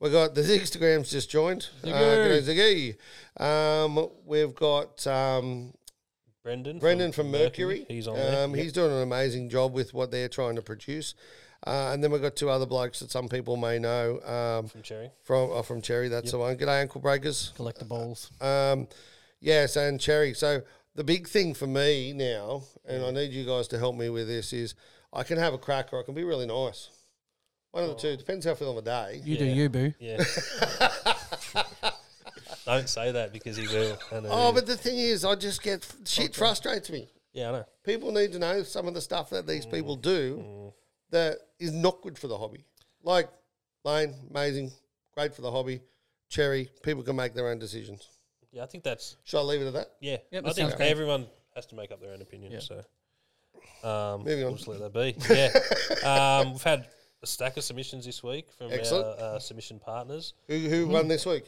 Speaker 3: We've got the Instagrams just joined. Uh, g'day, Ziggy. Um, we've got um,
Speaker 4: Brendan,
Speaker 3: Brendan from Mercury.
Speaker 4: he's on there.
Speaker 3: um, He's doing an amazing job with what they're trying to produce. Uh, and then we've got two other blokes that some people may know um,
Speaker 4: from Cherry.
Speaker 3: from uh, from Cherry. That's the one. G'day, Ankle Breakers.
Speaker 5: Collect the balls.
Speaker 4: Uh,
Speaker 3: Um, yes, and Cherry. So the big thing for me now, and
Speaker 4: Mm.
Speaker 3: I need you guys to help me with this, is I can have a crack or I can be really nice. One
Speaker 4: Oh.
Speaker 3: of the two. Depends how I feel on the day.
Speaker 5: You do you, boo.
Speaker 4: Yeah. Don't say that because he will. I know
Speaker 3: Oh,
Speaker 4: he-
Speaker 3: but the thing is, I just get shit frustrates me.
Speaker 4: yeah, I know.
Speaker 3: People need to know some of the stuff that these people
Speaker 4: Mm.
Speaker 3: do that is not good for the hobby. Like Lane, amazing, great for the hobby. Cherry, people can make their own decisions.
Speaker 4: Yeah, I think that's
Speaker 3: Shall I leave it at that?
Speaker 4: yeah.
Speaker 5: Yep,
Speaker 4: I
Speaker 5: that sounds
Speaker 4: think
Speaker 5: great.
Speaker 4: everyone has to make up their own opinion. So, um,
Speaker 3: Moving on.
Speaker 4: We'll just let that be. Yeah, um, we've had a stack of submissions this week from
Speaker 3: Excellent.
Speaker 4: our uh, submission partners.
Speaker 3: Who, who won
Speaker 4: Mm.
Speaker 3: this week?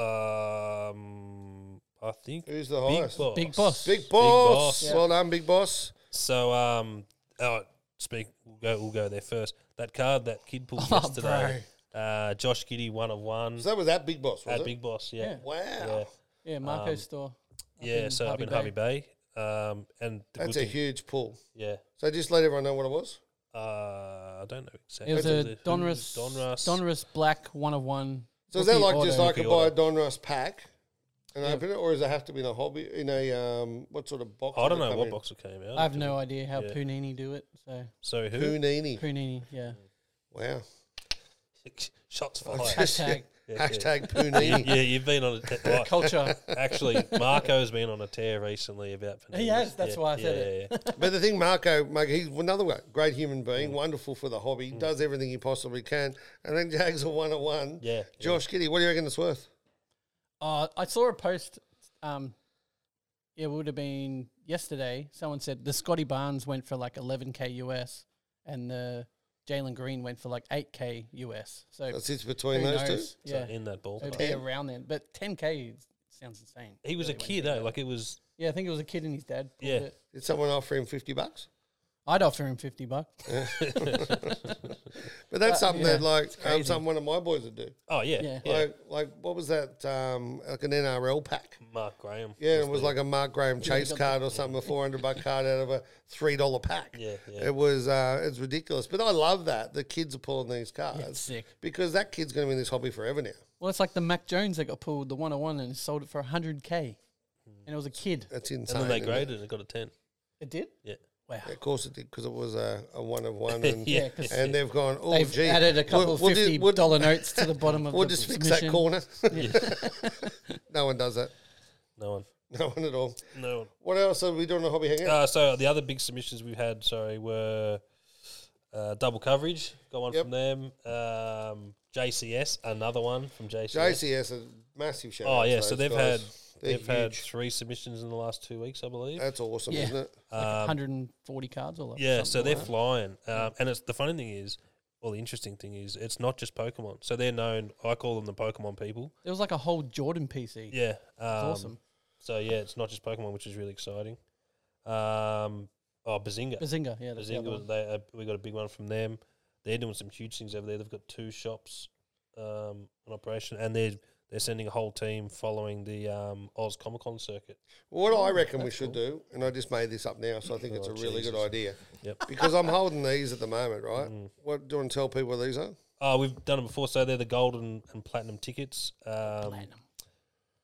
Speaker 4: Um, I think
Speaker 3: Who's the
Speaker 4: Big
Speaker 3: highest?
Speaker 4: boss.
Speaker 5: Big boss.
Speaker 3: Big boss.
Speaker 4: Boss. Yeah.
Speaker 3: Well done, big boss.
Speaker 4: So um, oh, speak. We'll go. We'll go there first. That card that kid pulled
Speaker 5: Oh,
Speaker 4: yesterday. Uh, Josh Giddy, one of one.
Speaker 3: So that was that big boss, was
Speaker 4: At
Speaker 3: it?
Speaker 4: Big Boss. Yeah.
Speaker 3: wow.
Speaker 4: Yeah.
Speaker 5: Yeah, Marco's
Speaker 4: Um,
Speaker 5: store.
Speaker 4: Yeah,
Speaker 5: in
Speaker 4: so up
Speaker 5: Harvey
Speaker 4: in Harvey Bay. Um, and the
Speaker 3: That's
Speaker 4: good
Speaker 3: a
Speaker 4: thing-
Speaker 3: huge pull.
Speaker 4: Yeah.
Speaker 3: So just let everyone know what it was.
Speaker 4: Uh, I don't know exactly.
Speaker 5: It was
Speaker 4: who-
Speaker 5: a Donruss,
Speaker 4: Donruss.
Speaker 5: Donruss Black one of one.
Speaker 3: So is that
Speaker 5: rookie
Speaker 3: like just
Speaker 5: auto.
Speaker 3: like I could
Speaker 4: Rookie
Speaker 3: buy a
Speaker 4: auto.
Speaker 3: Donruss pack and open it, or does it have to be in a hobby in a um what sort of box?
Speaker 4: I
Speaker 3: would
Speaker 4: don't
Speaker 3: it
Speaker 4: know
Speaker 3: come
Speaker 4: what
Speaker 3: in?
Speaker 4: box it came out.
Speaker 5: I have no idea how
Speaker 4: Yeah.
Speaker 5: Punini do it. So
Speaker 4: So who?
Speaker 3: Punini.
Speaker 5: Punini, yeah.
Speaker 3: Wow.
Speaker 4: Shots fired.
Speaker 5: Hashtag
Speaker 3: Hashtag Punini.
Speaker 4: yeah, you've been on a te- like,
Speaker 5: culture.
Speaker 4: Actually, Marco's been on a tear recently about. Panini.
Speaker 5: He has, that's why I said it.
Speaker 4: Yeah,
Speaker 3: But the thing, Marco, Marco, he's another one, great human being, wonderful for the hobby,
Speaker 4: Mm.
Speaker 3: does everything he possibly can. And then Jags are one on one.
Speaker 4: Yeah, yeah.
Speaker 3: Josh Giddy, what do you reckon it's worth?
Speaker 5: Uh, I saw a post. Um, it would have been yesterday. Someone said the Scotty Barnes went for like 11k US, and the Jalen Green went for like 8k US. So
Speaker 3: That sits
Speaker 5: who
Speaker 3: between those
Speaker 5: knows?
Speaker 3: two.
Speaker 4: yeah.
Speaker 5: yeah,
Speaker 4: So in that ballpark.
Speaker 5: it'd be around then. But 10k is- sounds insane.
Speaker 4: He was a
Speaker 5: Really, when you
Speaker 4: kid,
Speaker 5: think
Speaker 4: though.
Speaker 5: about
Speaker 4: Like it was.
Speaker 5: it. yeah, I think it was a kid and his dad. pulled
Speaker 4: Yeah.
Speaker 5: it.
Speaker 3: Did someone offer him fifty bucks?
Speaker 5: I'd offer him 50 bucks.
Speaker 3: But that's something
Speaker 5: Uh, yeah,
Speaker 3: that like um, something one of my boys would do.
Speaker 4: Oh yeah, yeah.
Speaker 5: Yeah.
Speaker 3: Like like what was that? Um, like an NRL pack.
Speaker 4: Mark Graham.
Speaker 3: Yeah, it was like a Mark Graham Chase
Speaker 5: got
Speaker 3: card or something, a four hundred buck card out of a three dollar pack.
Speaker 4: Yeah, yeah.
Speaker 3: It was uh, it's ridiculous, but I love that the kids are pulling these cards
Speaker 5: sick.
Speaker 3: because that kid's going to be in this hobby forever now.
Speaker 5: Well, it's like the Mac Jones that got pulled, the 101, and sold it for 100k. And it was a kid.
Speaker 3: That's
Speaker 4: And
Speaker 3: insane.
Speaker 4: then they
Speaker 3: isn't it?
Speaker 4: graded it and got a ten.
Speaker 5: It did?
Speaker 4: Yeah.
Speaker 5: Wow.
Speaker 3: Of course it did because it was a, a one of one, and,
Speaker 4: Yeah,
Speaker 5: 'cause
Speaker 3: and they've gone. Oh,
Speaker 5: They've
Speaker 3: gee,
Speaker 5: added a couple
Speaker 3: we'll,
Speaker 5: of
Speaker 3: we'll do-
Speaker 5: fifty
Speaker 3: we'll-
Speaker 5: dollar notes to the bottom of
Speaker 3: We'll
Speaker 5: the
Speaker 3: just fix that
Speaker 5: submission.
Speaker 3: corner. no one does that.
Speaker 4: No one.
Speaker 3: No one at all.
Speaker 4: No one.
Speaker 3: What else are we doing on hobby hangout?
Speaker 4: Uh, so the other big submissions we've had, sorry, were uh, double coverage. Got one
Speaker 3: Yep.
Speaker 4: from them. Um, JCS, another one from JCS.
Speaker 3: JCS, a massive shout.
Speaker 4: oh
Speaker 3: out to
Speaker 4: yeah, so
Speaker 3: those
Speaker 4: they've
Speaker 3: guys.
Speaker 4: had
Speaker 3: They're
Speaker 4: they've had
Speaker 3: huge.
Speaker 4: three submissions in the last two weeks, I believe.
Speaker 3: That's awesome,
Speaker 5: Yeah.
Speaker 3: isn't it?
Speaker 5: Like 140 cards or
Speaker 4: Um, yeah, so
Speaker 5: something
Speaker 4: they're
Speaker 5: like that.
Speaker 4: flying, um, and it's the funny thing is, well, the interesting thing is, it's not just Pokemon. So they're known. I call them the Pokemon people.
Speaker 5: There was like a whole Jordan PC.
Speaker 4: Yeah, um,
Speaker 5: It's awesome.
Speaker 4: So yeah, it's not just Pokemon, which is really exciting. Um, oh, Bazinga.
Speaker 5: Bazinga, yeah, that's the other
Speaker 4: Bazinga,
Speaker 5: one.
Speaker 4: they, uh, we got a big one from them. They're doing some huge things over there. They've got two shops um, in operation, and they're they're sending a whole team following the um, Oz Comic Con circuit.
Speaker 3: Well,
Speaker 4: Oh,
Speaker 3: What I reckon we should do, and I just made this up now, so I think it's a really good idea.
Speaker 4: Yep. Mm.
Speaker 3: Because I'm holding these at the moment, right? What do you want to tell people what these are?
Speaker 4: Uh, Oh, we've done it before. So they're the golden and platinum tickets. Um,
Speaker 5: Platinum.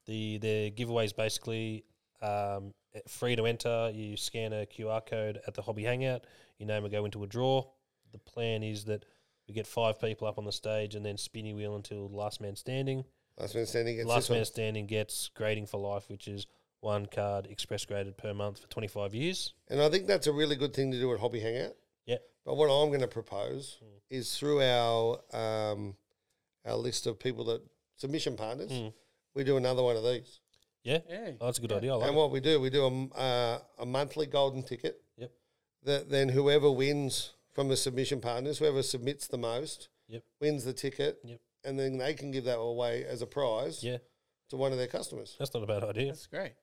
Speaker 4: The The their giveaways basically um, eh, free to enter. You scan a QR code at the hobby hangout. Your name will go into a draw. The plan is that we get five people up on the stage and then spinny wheel until last man standing.
Speaker 3: Last man standing against
Speaker 4: Last
Speaker 3: this one.
Speaker 4: man standing gets grading for life, which is one card express graded per month for 25 years.
Speaker 3: And I think that's a really good thing to do at Hobby Hangout.
Speaker 4: Yeah.
Speaker 3: But what I'm going to propose
Speaker 4: Mm.
Speaker 3: is through our um, our list of people that submission partners,
Speaker 4: Mm.
Speaker 3: we do another one of these.
Speaker 4: Yeah?
Speaker 5: Yeah.
Speaker 4: Oh, that's a good idea. I like
Speaker 3: and
Speaker 4: it.
Speaker 3: what we do, we do a, m- uh, a monthly golden ticket.
Speaker 4: Yep.
Speaker 3: That then whoever wins from the submission partners, whoever submits the most,
Speaker 4: Yep.
Speaker 3: wins the ticket.
Speaker 4: Yep.
Speaker 3: And then they can give that away as a prize
Speaker 4: Yeah,
Speaker 3: to one of their customers.
Speaker 4: that's not a bad idea.
Speaker 5: That's great.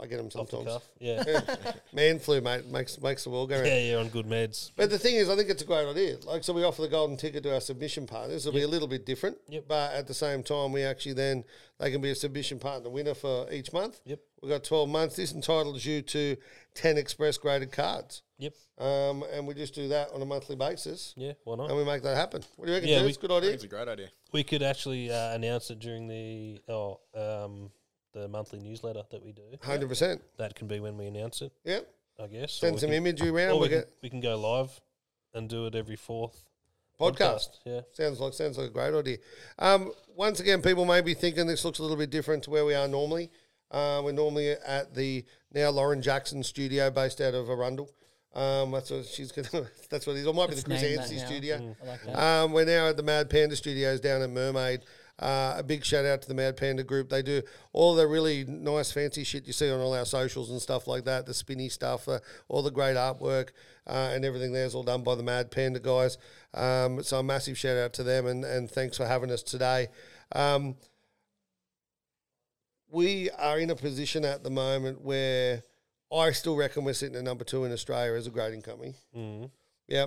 Speaker 3: I get them
Speaker 4: Off the
Speaker 3: sometimes.
Speaker 4: cuff. Yeah.
Speaker 3: Man flu, mate, makes makes the world go round.
Speaker 4: yeah, yeah, on good meds.
Speaker 3: But the thing is, I think it's a great idea. Like, so we offer the golden ticket to our submission partners. It'll be a little bit different,
Speaker 4: Yep.
Speaker 3: but at the same time, we actually then they can be a submission partner winner for each month.
Speaker 4: Yep.
Speaker 3: We've got twelve months. This entitles you to ten express graded cards,
Speaker 4: Yep.
Speaker 3: um, and we just do that on a monthly basis,
Speaker 4: Yeah, why
Speaker 3: and
Speaker 4: not?
Speaker 3: we make that happen. What do you reckon?
Speaker 4: Yeah,
Speaker 3: Yeah,
Speaker 4: we-
Speaker 3: it's a good idea.
Speaker 6: It's a great idea.
Speaker 4: We could actually uh, announce it during the oh um the monthly newsletter that we do.
Speaker 3: Hundred percent.
Speaker 4: That can be when we announce it,
Speaker 3: Yeah.
Speaker 4: I guess. or
Speaker 3: Send
Speaker 4: we
Speaker 3: some
Speaker 4: can-
Speaker 3: imagery
Speaker 4: or
Speaker 3: around.
Speaker 4: we
Speaker 3: We
Speaker 4: can,
Speaker 3: get
Speaker 4: we can go live and do it every fourth
Speaker 3: podcast.
Speaker 4: Yeah.
Speaker 3: Sounds like sounds like a great idea. Um, once again, people may be thinking this looks a little bit different to where we are normally. Uh, we're normally at the now Lauren Jackson studio based out of Arundel. Um, that's what she's gonna, that's what it is. Or might be
Speaker 5: Let's
Speaker 3: the Chris
Speaker 5: name that
Speaker 3: Anstey
Speaker 5: now. Mm.
Speaker 3: studio.
Speaker 5: I like that.
Speaker 3: Um, we're now at the Mad Panda Studios down at Mermaid. Uh, a big shout out to the Mad Panda Group. They do all the really nice, fancy shit you see on all our socials and stuff like that. The spinny stuff, uh, all the great artwork, uh, and everything there's all done by the Mad Panda guys. Um, so a massive shout out to them, and, and thanks for having us today. Um, we are in a position at the moment where I still reckon we're sitting at number two in Australia as a grading company. Yeah.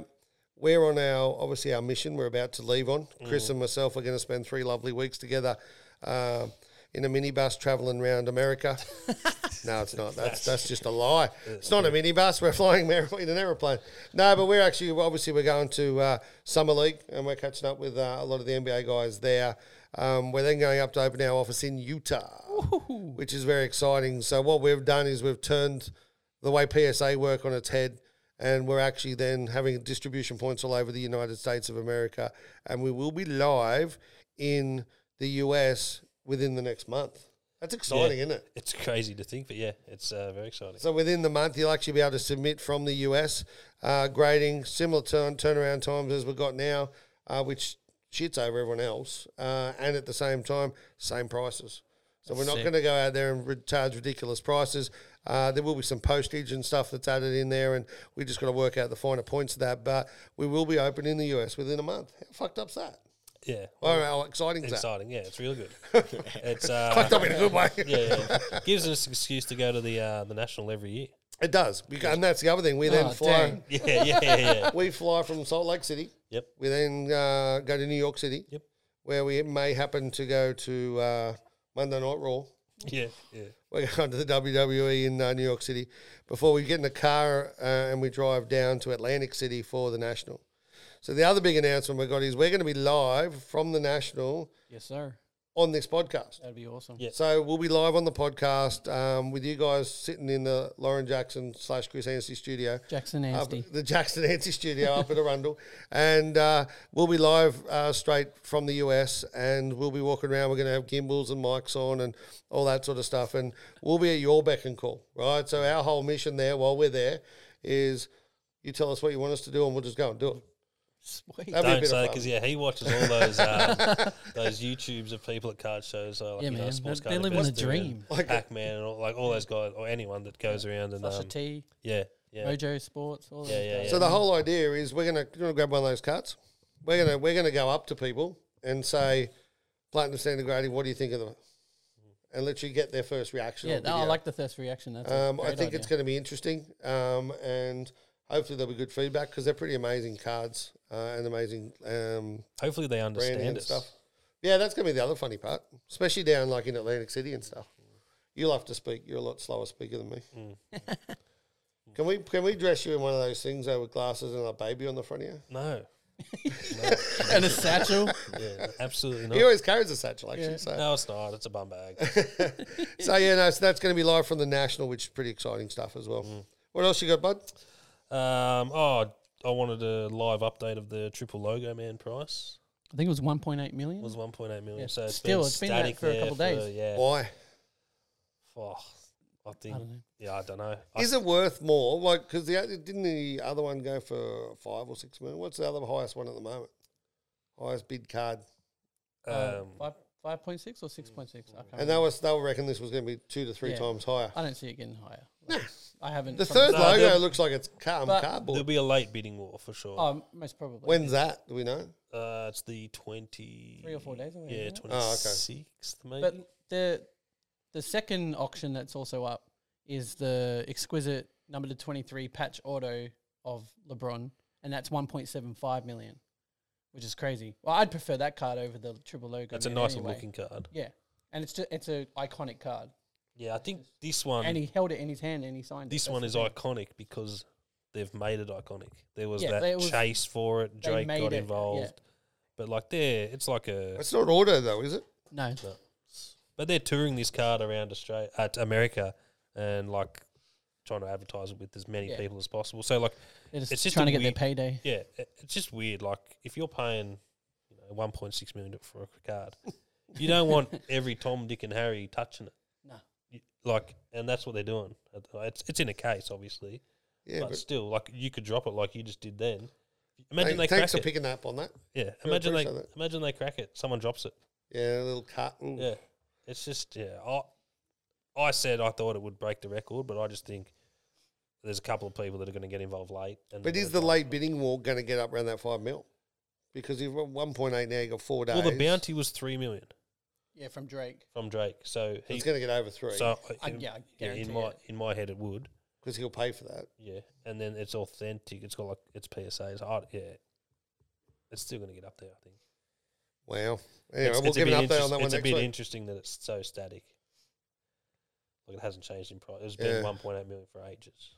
Speaker 3: We're on our obviously our mission. We're about to leave on. Chris and myself are going to spend three lovely weeks together uh, in a minibus traveling around America. no, it's not. That's that's just a lie. It's not a minibus. We're flying merrily in an aeroplane. No, but we're actually obviously we're going to uh, summer league and we're catching up with uh, a lot of the NBA guys there. Um, we're then going up to open our office in Utah, which is very exciting. So what we've done is we've turned the way PSA work on its head, and we're actually then having distribution points all over the United States of America, and we will be live in the US within the next month. That's exciting, isn't it?
Speaker 4: It's crazy to think, but yeah, it's uh, very exciting.
Speaker 3: So within the month, you'll actually be able to submit from the US uh, grading, similar turn turnaround times as we've got now, uh, which shits over everyone else, uh, and at the same time, same prices. So we're not going to go out there and re- charge ridiculous prices. Uh, there will be some postage and stuff that's added in there, and we just got to work out the finer points of that. But we will be open in the US within a month. How fucked up's that?
Speaker 4: yeah.
Speaker 3: Or how exciting is that?
Speaker 4: Exciting, yeah, it's really good. it's uh,
Speaker 3: Fucked up in a good way.
Speaker 4: yeah, yeah. gives us an excuse to go to the uh, the national every year.
Speaker 3: It does, because, and that's the other thing. We
Speaker 5: Oh,
Speaker 3: then fly.
Speaker 5: dang.
Speaker 4: Yeah, yeah, yeah, yeah.
Speaker 3: We fly from Salt Lake City.
Speaker 4: Yep.
Speaker 3: We then uh, go to New York City,
Speaker 4: Yep.
Speaker 3: where we may happen to go to uh, Monday Night Raw.
Speaker 4: Yeah, yeah.
Speaker 3: We're going to the WWE in uh, New York City before we get in the car uh, and we drive down to Atlantic City for the National. So the other big announcement we got is we're going to be live from the National
Speaker 5: Yes, sir.
Speaker 3: on this podcast.
Speaker 5: That'd be awesome.
Speaker 4: Yeah.
Speaker 3: So we'll be live on the podcast um, with you guys sitting in the Lauren Jackson slash Chris Anstey studio
Speaker 5: Jackson
Speaker 3: up
Speaker 5: Anstey.
Speaker 3: at the Jackson Nancy studio up at Arundel, and uh, we'll be live uh, straight from the US, and we'll be walking around. We're going to have gimbals and mics on and all that sort of stuff, and we'll be at your beck and call, right? So our whole mission there, while we're there, is you tell us what you want us to do, and we'll just go and do it. That'd be
Speaker 5: Sweet.
Speaker 3: a
Speaker 4: Don't
Speaker 3: bit
Speaker 4: say
Speaker 3: of fun.
Speaker 4: because yeah, he watches all those um, those YouTubes of people at card shows. So, like,
Speaker 5: Yeah,
Speaker 4: you know,
Speaker 5: man.
Speaker 4: sports
Speaker 5: They're-
Speaker 4: card
Speaker 5: they're living the
Speaker 4: investor and
Speaker 5: dream.
Speaker 4: Pac-Man and all, like all those guys or anyone that goes around and
Speaker 5: Sasha
Speaker 4: um,
Speaker 5: T,
Speaker 4: yeah, yeah,
Speaker 5: Mojo Sports, all
Speaker 4: Yeah,
Speaker 5: those
Speaker 4: yeah,
Speaker 5: guys.
Speaker 3: So the whole idea is we're gonna, you wanna grab one of those cards. We're gonna we're gonna go up to people and say, platinum standard grading. What do you think of them? And let you get their first reaction.
Speaker 5: Yeah,
Speaker 3: on
Speaker 5: no, I
Speaker 3: video.
Speaker 5: like the first reaction. That's a
Speaker 3: Um, I
Speaker 5: great
Speaker 3: think it's
Speaker 5: idea.
Speaker 3: going to be interesting, um, and hopefully there'll be good feedback because they're pretty amazing cards uh, and amazing um,
Speaker 4: Hopefully they
Speaker 3: branding
Speaker 4: understand
Speaker 3: and
Speaker 4: us.
Speaker 3: stuff. Yeah, that's going to be the other funny part, especially down like in Atlantic City and stuff. You'll have to speak. You're a lot slower speaker than me.
Speaker 5: Mm.
Speaker 3: can we can we dress you in one of those things though with glasses and a baby on the front of you?
Speaker 4: No,
Speaker 5: and a satchel.
Speaker 4: Yeah, absolutely
Speaker 3: He
Speaker 4: not.
Speaker 3: always carries a satchel, actually. So.
Speaker 4: No, it's not. It's a bum bag.
Speaker 3: so, yeah, no, so that's going to be live from the National, which is pretty exciting stuff as well.
Speaker 5: Mm.
Speaker 3: What else you got, bud?
Speaker 4: Um, oh, I wanted a live update of the triple logo man price.
Speaker 5: I think it was 1.8 million.
Speaker 4: It was 1.8 million. So it's
Speaker 5: Mm. Still,
Speaker 4: been
Speaker 5: it's been that
Speaker 4: static
Speaker 5: for a
Speaker 4: there
Speaker 5: couple
Speaker 4: For,
Speaker 5: days.
Speaker 4: yeah.
Speaker 3: Why?
Speaker 4: Oh, I think.
Speaker 5: dunno.
Speaker 4: yeah, I don't know.
Speaker 3: Is it worth more? Like, because the oth- didn't the other one go for five or six million? What's the other highest one at the moment? Highest bid card,
Speaker 5: Uh,
Speaker 4: um,
Speaker 5: five five point six or six point six. I can't.
Speaker 3: and
Speaker 5: remember.
Speaker 3: they was they were reckoning this was going to be two to three
Speaker 5: Yeah.
Speaker 3: times higher.
Speaker 5: I don't see it getting higher. Like, I haven't.
Speaker 3: The
Speaker 5: from-
Speaker 3: third
Speaker 4: No,
Speaker 3: logo
Speaker 4: they'll-
Speaker 3: looks like it's car-
Speaker 5: But-
Speaker 4: there'll
Speaker 3: cardboard.
Speaker 4: be a late bidding war for sure.
Speaker 5: Oh, most probably.
Speaker 3: When's that? Do we know?
Speaker 4: Uh, it's the 20.
Speaker 5: Three or four days away,
Speaker 4: Yeah,
Speaker 5: isn't it?
Speaker 4: twenty
Speaker 3: Oh, okay.
Speaker 4: sixth maybe.
Speaker 5: But the the second auction that's also up is the exquisite number to twenty three patch auto of LeBron, and that's one point seven five million, which is crazy. Well, I'd prefer that card over the triple logo.
Speaker 4: That's a
Speaker 5: man,
Speaker 4: nicer
Speaker 5: anyway.
Speaker 4: looking card.
Speaker 5: Yeah, and it's just, it's an iconic card,
Speaker 4: Yeah, I think this one
Speaker 5: and he held it in his hand and he signed. it.
Speaker 4: Um, this
Speaker 5: That's
Speaker 4: one
Speaker 5: the
Speaker 4: is
Speaker 5: thing.
Speaker 4: iconic because they've made it iconic. There was
Speaker 5: Yeah,
Speaker 4: that
Speaker 5: there was-
Speaker 4: chase for it.
Speaker 5: they
Speaker 4: Drake
Speaker 5: made
Speaker 4: got
Speaker 5: it, yeah.
Speaker 4: involved. But like they're it's like a
Speaker 3: It's not auto though, is it?
Speaker 5: No,
Speaker 4: but they're touring this card around Australia at America and like trying to advertise it with as many
Speaker 5: Yeah.
Speaker 4: people as possible. So like
Speaker 5: they're just,
Speaker 4: It's just
Speaker 5: trying
Speaker 4: a
Speaker 5: to get their
Speaker 4: weird-
Speaker 5: payday.
Speaker 4: yeah, it- it's just weird. Like if you're paying you know, one point six million for a card, you don't want every Tom, Dick, and Harry touching it.
Speaker 5: No.
Speaker 4: You- Like, and that's what they're doing. It's it's in a case, obviously,
Speaker 3: Yeah,
Speaker 4: but,
Speaker 3: but
Speaker 4: still, like you could drop it like you just did then.
Speaker 3: they,
Speaker 4: Imagine they,
Speaker 3: thanks
Speaker 4: crack
Speaker 3: for
Speaker 4: it.
Speaker 3: picking up on that.
Speaker 4: yeah, imagine they
Speaker 3: appreciate that.
Speaker 4: imagine they crack it. Someone drops it.
Speaker 3: Yeah, a little cut. Ooh.
Speaker 4: Yeah, it's just yeah. I I said I thought it would break the record, but I just think there's a couple of people that are going to get involved late. And
Speaker 3: But
Speaker 4: they're
Speaker 3: is the
Speaker 4: gonna drop
Speaker 3: late bidding war going to get up around that five mil? Because you've got one point eight now, you got four
Speaker 4: it.
Speaker 3: days.
Speaker 4: Well, the bounty was three million
Speaker 5: Yeah, from Drake.
Speaker 4: from Drake, so he
Speaker 3: It's going to get over three
Speaker 4: So uh,
Speaker 5: I-
Speaker 4: in-
Speaker 5: yeah, I
Speaker 4: in
Speaker 5: guarantee
Speaker 4: my
Speaker 5: it.
Speaker 4: in my head it would.
Speaker 3: because he'll pay for that.
Speaker 4: Yeah, and then it's authentic. It's got like it's PSAs. I, yeah, it's still going to get up there. I think.
Speaker 3: Wow. Anyway,
Speaker 4: it's,
Speaker 3: we'll
Speaker 4: it's a
Speaker 3: give an
Speaker 4: bit
Speaker 3: update on
Speaker 4: interest-
Speaker 3: that one
Speaker 4: It's a
Speaker 3: next
Speaker 4: bit
Speaker 3: week.
Speaker 4: interesting that it's so static. Like it hasn't changed in price. It's been
Speaker 3: Yeah.
Speaker 4: 1.8 million for ages.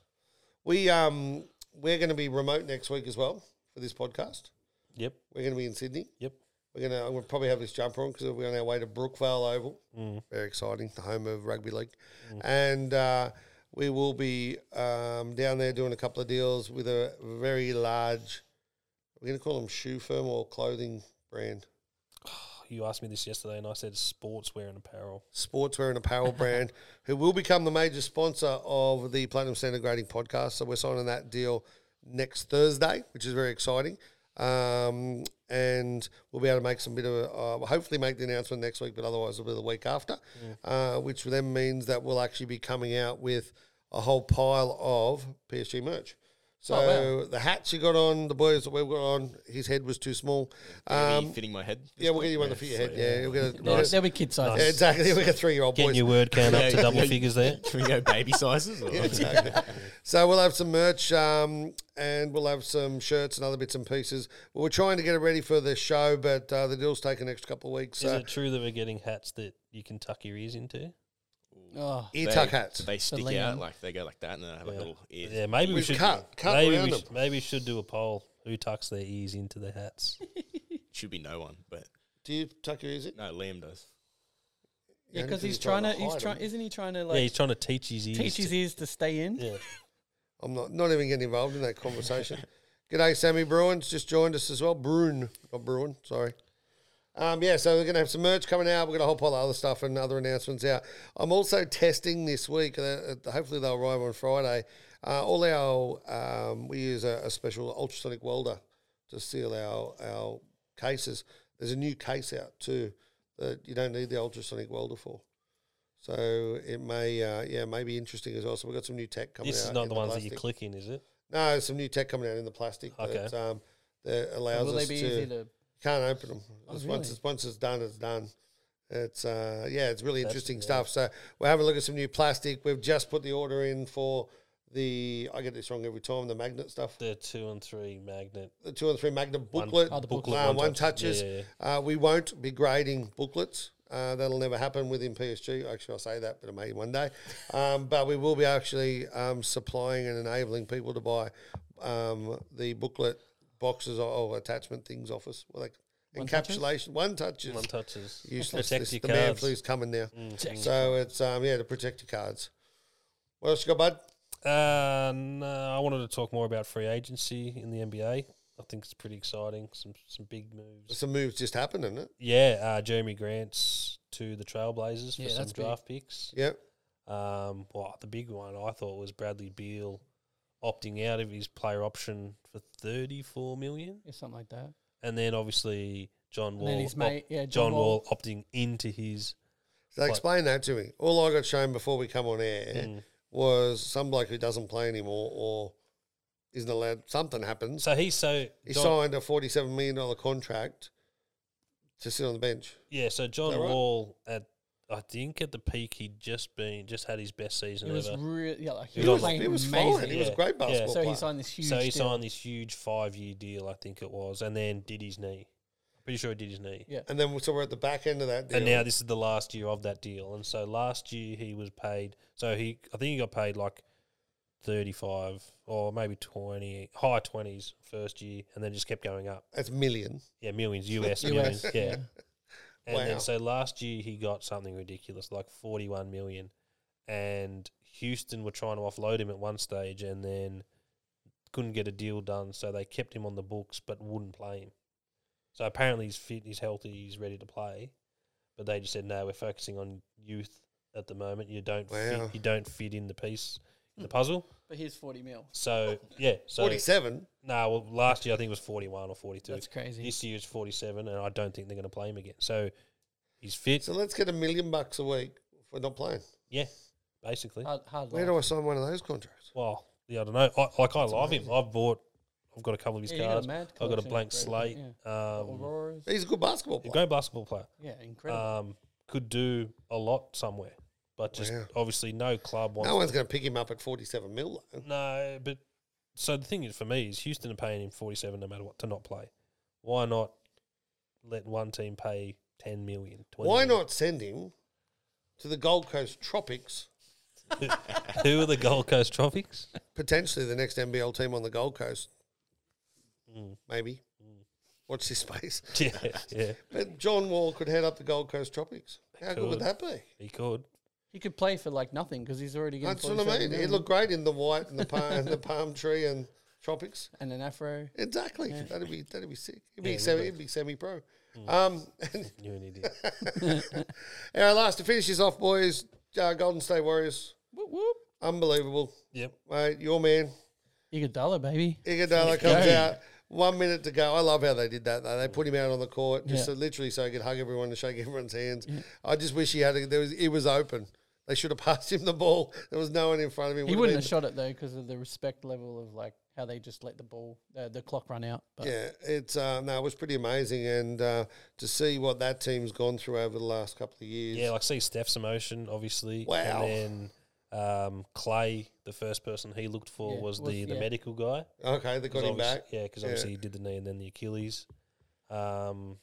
Speaker 3: we um we're going to be remote next week as well for this podcast.
Speaker 4: Yep.
Speaker 3: We're going to be in Sydney.
Speaker 4: Yep.
Speaker 3: We're gonna. We'll probably have this jumper on because we're on our way to Brookvale Oval.
Speaker 4: Mm.
Speaker 3: Very exciting, the home of rugby league, and uh, we will be um, down there doing a couple of deals with a very large. We're gonna call them shoe firm or clothing brand,
Speaker 4: You asked me this yesterday, and I said sportswear and apparel.
Speaker 3: sportswear and apparel brand, who will become the major sponsor of the Platinum Standard Grading podcast. So we're signing that deal next Thursday, which is very exciting. Um, and we'll be able to make some bit of a, uh, hopefully make the announcement next week, but otherwise it'll be the week after, uh, which then means that we'll actually be coming out with a whole pile of PSG merch. So
Speaker 5: Oh,
Speaker 3: the hats you got on, the boys that we've got on, his head was too small.
Speaker 6: Are you
Speaker 3: Um,
Speaker 6: fitting my head.
Speaker 3: yeah, we'll get you one to fit your head. Yeah, you'll get a,
Speaker 5: They'll, they'll be kid sizes.
Speaker 3: yeah, exactly. We got three year old
Speaker 4: Getting
Speaker 3: boys.
Speaker 4: your word count up to
Speaker 6: Yeah,
Speaker 4: double
Speaker 6: yeah.
Speaker 4: figures there.
Speaker 6: Can we go baby sizes? Or?
Speaker 3: Exactly. so we'll have some merch um, and we'll have some shirts and other bits and pieces. We We're trying to get it ready for the show, but uh, the deal's taken an extra couple of weeks.
Speaker 4: Is
Speaker 3: So
Speaker 4: it true that we're getting hats that you can tuck your ears into?
Speaker 5: Oh,
Speaker 3: ear
Speaker 6: They-
Speaker 3: tuck hats.
Speaker 6: They stick out
Speaker 5: lamb.
Speaker 6: like they go like that, and then they have like
Speaker 4: Yeah.
Speaker 6: little ears.
Speaker 4: Yeah, maybe we
Speaker 3: We've
Speaker 4: should
Speaker 3: cut- cut
Speaker 4: maybe
Speaker 3: around
Speaker 4: we
Speaker 3: them.
Speaker 4: should, maybe we should do a poll. Who tucks their ears into their hats?
Speaker 6: Should be no one, but
Speaker 3: Do you tuck your ears in?
Speaker 6: no, Liam does.
Speaker 5: yeah,
Speaker 3: only
Speaker 5: because
Speaker 3: 'cause
Speaker 5: he's trying to. He's
Speaker 3: hide
Speaker 5: trying.
Speaker 3: them.
Speaker 5: Isn't he trying to
Speaker 4: yeah, he's
Speaker 5: like
Speaker 4: trying to teach his ears.
Speaker 5: teach
Speaker 4: to-
Speaker 5: his ears to stay in?
Speaker 4: Yeah.
Speaker 3: I'm not, not even getting involved in that conversation. G'day, Sammy Bruins just joined us as well. Bruin, not Bruin, sorry. Um, yeah, so we're going to have some merch coming out. We've got a whole pile of other stuff and other announcements out. I'm also testing this week. Uh, uh, hopefully, they'll arrive on Friday. Uh, all our, um, we use a, a special ultrasonic welder to seal our, our cases. There's a new case out too that you don't need the ultrasonic welder for. So it may, uh, yeah, may be interesting as well. So we've got some new tech coming out.
Speaker 4: This is not
Speaker 3: in
Speaker 4: the ones that you
Speaker 3: plastic.
Speaker 4: click in, is it?
Speaker 3: No, there's some new tech coming out in the plastic that,
Speaker 4: Okay.
Speaker 3: um, that allows
Speaker 5: Will they
Speaker 3: us
Speaker 5: be
Speaker 3: to,
Speaker 5: easy to? Oh,
Speaker 3: can't open them. Just once
Speaker 5: really?
Speaker 3: it's once it's done, it's done. It's uh, yeah, it's really interesting stuff. So we're having a look at some new plastic. We've just put the order in for the I get this wrong every time the magnet stuff,
Speaker 4: The two and three magnet.
Speaker 3: the two and three magnet booklet,
Speaker 5: oh, the booklet,
Speaker 3: uh,
Speaker 4: one
Speaker 3: one
Speaker 4: touch. Yeah,
Speaker 3: touches.
Speaker 4: yeah,
Speaker 3: Uh, we won't be grading booklets. Uh, that'll never happen within PSG. Actually, I'll say that, but it may one day. Um, but we will be actually um, supplying and enabling people to buy um, the booklet boxes or, or attachment things off us. Well, like
Speaker 5: One touches?
Speaker 3: encapsulation, one touches.
Speaker 4: One touches.
Speaker 3: Useless.
Speaker 4: Protect
Speaker 3: This-
Speaker 4: your
Speaker 3: the man
Speaker 4: cards. Mm,
Speaker 3: flu's coming now. So it's um yeah to protect your cards. What else you got, bud?
Speaker 4: Uh, no, I wanted to talk more about free agency in the NBA. I think it's pretty exciting. Some some big moves.
Speaker 3: Some moves just happened, didn't it?
Speaker 4: Yeah, uh, Jeremy Grant's to the Trailblazers for
Speaker 5: Yeah,
Speaker 4: some
Speaker 5: that's big.
Speaker 4: draft picks.
Speaker 3: Yep.
Speaker 4: Um, well, the big one I thought was Bradley Beal opting out of his player option for thirty four million,
Speaker 5: Yeah, something like that.
Speaker 4: and then obviously John
Speaker 5: And
Speaker 4: Wall,
Speaker 5: then his
Speaker 4: op-
Speaker 5: mate, yeah,
Speaker 4: John Wall opting into his
Speaker 3: So
Speaker 4: Like-
Speaker 3: explain that to me. All I got shown before we come on air
Speaker 4: Mm.
Speaker 3: was some bloke who doesn't play anymore or isn't allowed. Something happens.
Speaker 4: So he's so
Speaker 3: he
Speaker 4: John-
Speaker 3: signed a forty-seven million dollar contract to sit on the bench.
Speaker 4: yeah. So John
Speaker 3: that right?
Speaker 4: Wall at I think at the peak he'd just been just had his best season
Speaker 5: It was
Speaker 4: ever.
Speaker 5: real. Yeah, like he,
Speaker 4: He
Speaker 5: was
Speaker 4: was-
Speaker 5: playing
Speaker 3: He was
Speaker 5: amazing.
Speaker 3: fine. He was a
Speaker 4: Yeah.
Speaker 3: great
Speaker 4: Yeah.
Speaker 3: basketball
Speaker 4: So
Speaker 5: So he
Speaker 3: player.
Speaker 5: signed this huge.
Speaker 4: so he
Speaker 5: deal.
Speaker 4: signed this huge five year deal, I think it was, and then did his knee. I'm pretty sure he did his knee.
Speaker 5: Yeah.
Speaker 3: and then so we're at the back end of that. Deal.
Speaker 4: And now this is the last year of that deal, and so last year he was paid. So he, I think he got paid like thirty five or maybe twenty, high twenties first year, and then just kept going up.
Speaker 3: that's million.
Speaker 4: Yeah, millions US,
Speaker 5: US,
Speaker 4: millions. Yeah. And
Speaker 3: Wow.
Speaker 4: then so last year he got something ridiculous, like forty one million. And Houston were trying to offload him at one stage and then couldn't get a deal done, so they kept him on the books but wouldn't play him. So apparently he's fit, he's healthy, he's ready to play. But they just said, No, we're focusing on youth at the moment. You don't
Speaker 3: Wow.
Speaker 4: fit, you don't fit in the piece in the puzzle.
Speaker 5: But here's forty mil.
Speaker 4: So yeah, so
Speaker 3: Forty-seven.
Speaker 4: no, well, last year I think it was 41 or 42.
Speaker 5: That's crazy.
Speaker 4: This year it's 47, and I don't think they're going to play him again. So he's fit.
Speaker 3: So let's get a million bucks a week for not playing.
Speaker 4: yeah, basically.
Speaker 5: Hard, hard
Speaker 3: Where
Speaker 5: life.
Speaker 3: do I sign one of those contracts?
Speaker 4: well, yeah, I don't know. I, like, I love him. I've bought, I've got a couple of his
Speaker 5: Yeah, you got a
Speaker 4: cards.
Speaker 5: mad
Speaker 4: I've got a
Speaker 5: collection,
Speaker 4: blank
Speaker 5: Brett,
Speaker 4: slate. Um,
Speaker 5: Auroras.
Speaker 3: He's a good basketball
Speaker 4: a
Speaker 3: player.
Speaker 4: great basketball player.
Speaker 5: Yeah, incredible.
Speaker 4: Um, could do a lot somewhere, but just
Speaker 3: Wow.
Speaker 4: obviously no club wants
Speaker 3: No one's going to pick him up at forty-seven mil. Though.
Speaker 4: No, but so the thing is for me is Houston are paying him forty seven no matter what to not play. Why not let one team pay ten million? 20
Speaker 3: Why
Speaker 4: million?
Speaker 3: not send him to the Gold Coast Tropics?
Speaker 4: Who are the Gold Coast Tropics?
Speaker 3: Potentially the next NBL team on the Gold Coast.
Speaker 4: Hmm.
Speaker 3: Maybe. Watch this space.
Speaker 4: yeah, yeah,
Speaker 3: But John Wall could head up the Gold Coast Tropics. How good would
Speaker 4: Could.
Speaker 3: that be?
Speaker 4: he could.
Speaker 5: he could play for like nothing because he's already getting.
Speaker 3: That's what I
Speaker 5: 47
Speaker 3: mean. He'd
Speaker 5: million.
Speaker 3: look great in the white and the palm, and the palm tree and tropics.
Speaker 5: and an afro.
Speaker 3: Exactly. That'd be that'd be sick. He'd be
Speaker 4: Yeah, it
Speaker 3: semi
Speaker 4: would Hmm.
Speaker 3: he'd be semi pro. Um and
Speaker 4: You're an idiot.
Speaker 3: our last to finish this off, boys, uh, Golden State Warriors.
Speaker 5: Whoop whoop.
Speaker 3: Unbelievable.
Speaker 4: yep.
Speaker 3: Mate, your man.
Speaker 5: Iguodala, baby.
Speaker 3: Iguodala comes out. One minute to go. I love how they did that. Though. They put him out on the court just
Speaker 5: Yeah.
Speaker 3: so, literally so he could hug everyone and shake everyone's hands. I just wish he had. A, there was it was open. They should have passed him the ball. There was no one in front of him.
Speaker 5: He
Speaker 3: Would've
Speaker 5: wouldn't
Speaker 3: been-
Speaker 5: have shot it though because of the respect level of like how they just let the ball, uh, the clock run out. But
Speaker 3: Yeah, it's uh, no, it was pretty amazing, and uh, to see what that team's gone through over the last couple of years.
Speaker 4: Yeah, like see Steph's emotion, obviously.
Speaker 3: Wow.
Speaker 4: And then um, Clay, the first person he looked for
Speaker 5: Yeah,
Speaker 4: was,
Speaker 5: was-
Speaker 4: the, the
Speaker 5: yeah.
Speaker 4: medical guy.
Speaker 3: okay, they got him
Speaker 4: Obviously-
Speaker 3: back.
Speaker 4: Yeah, because obviously he did the knee and then the Achilles. Um,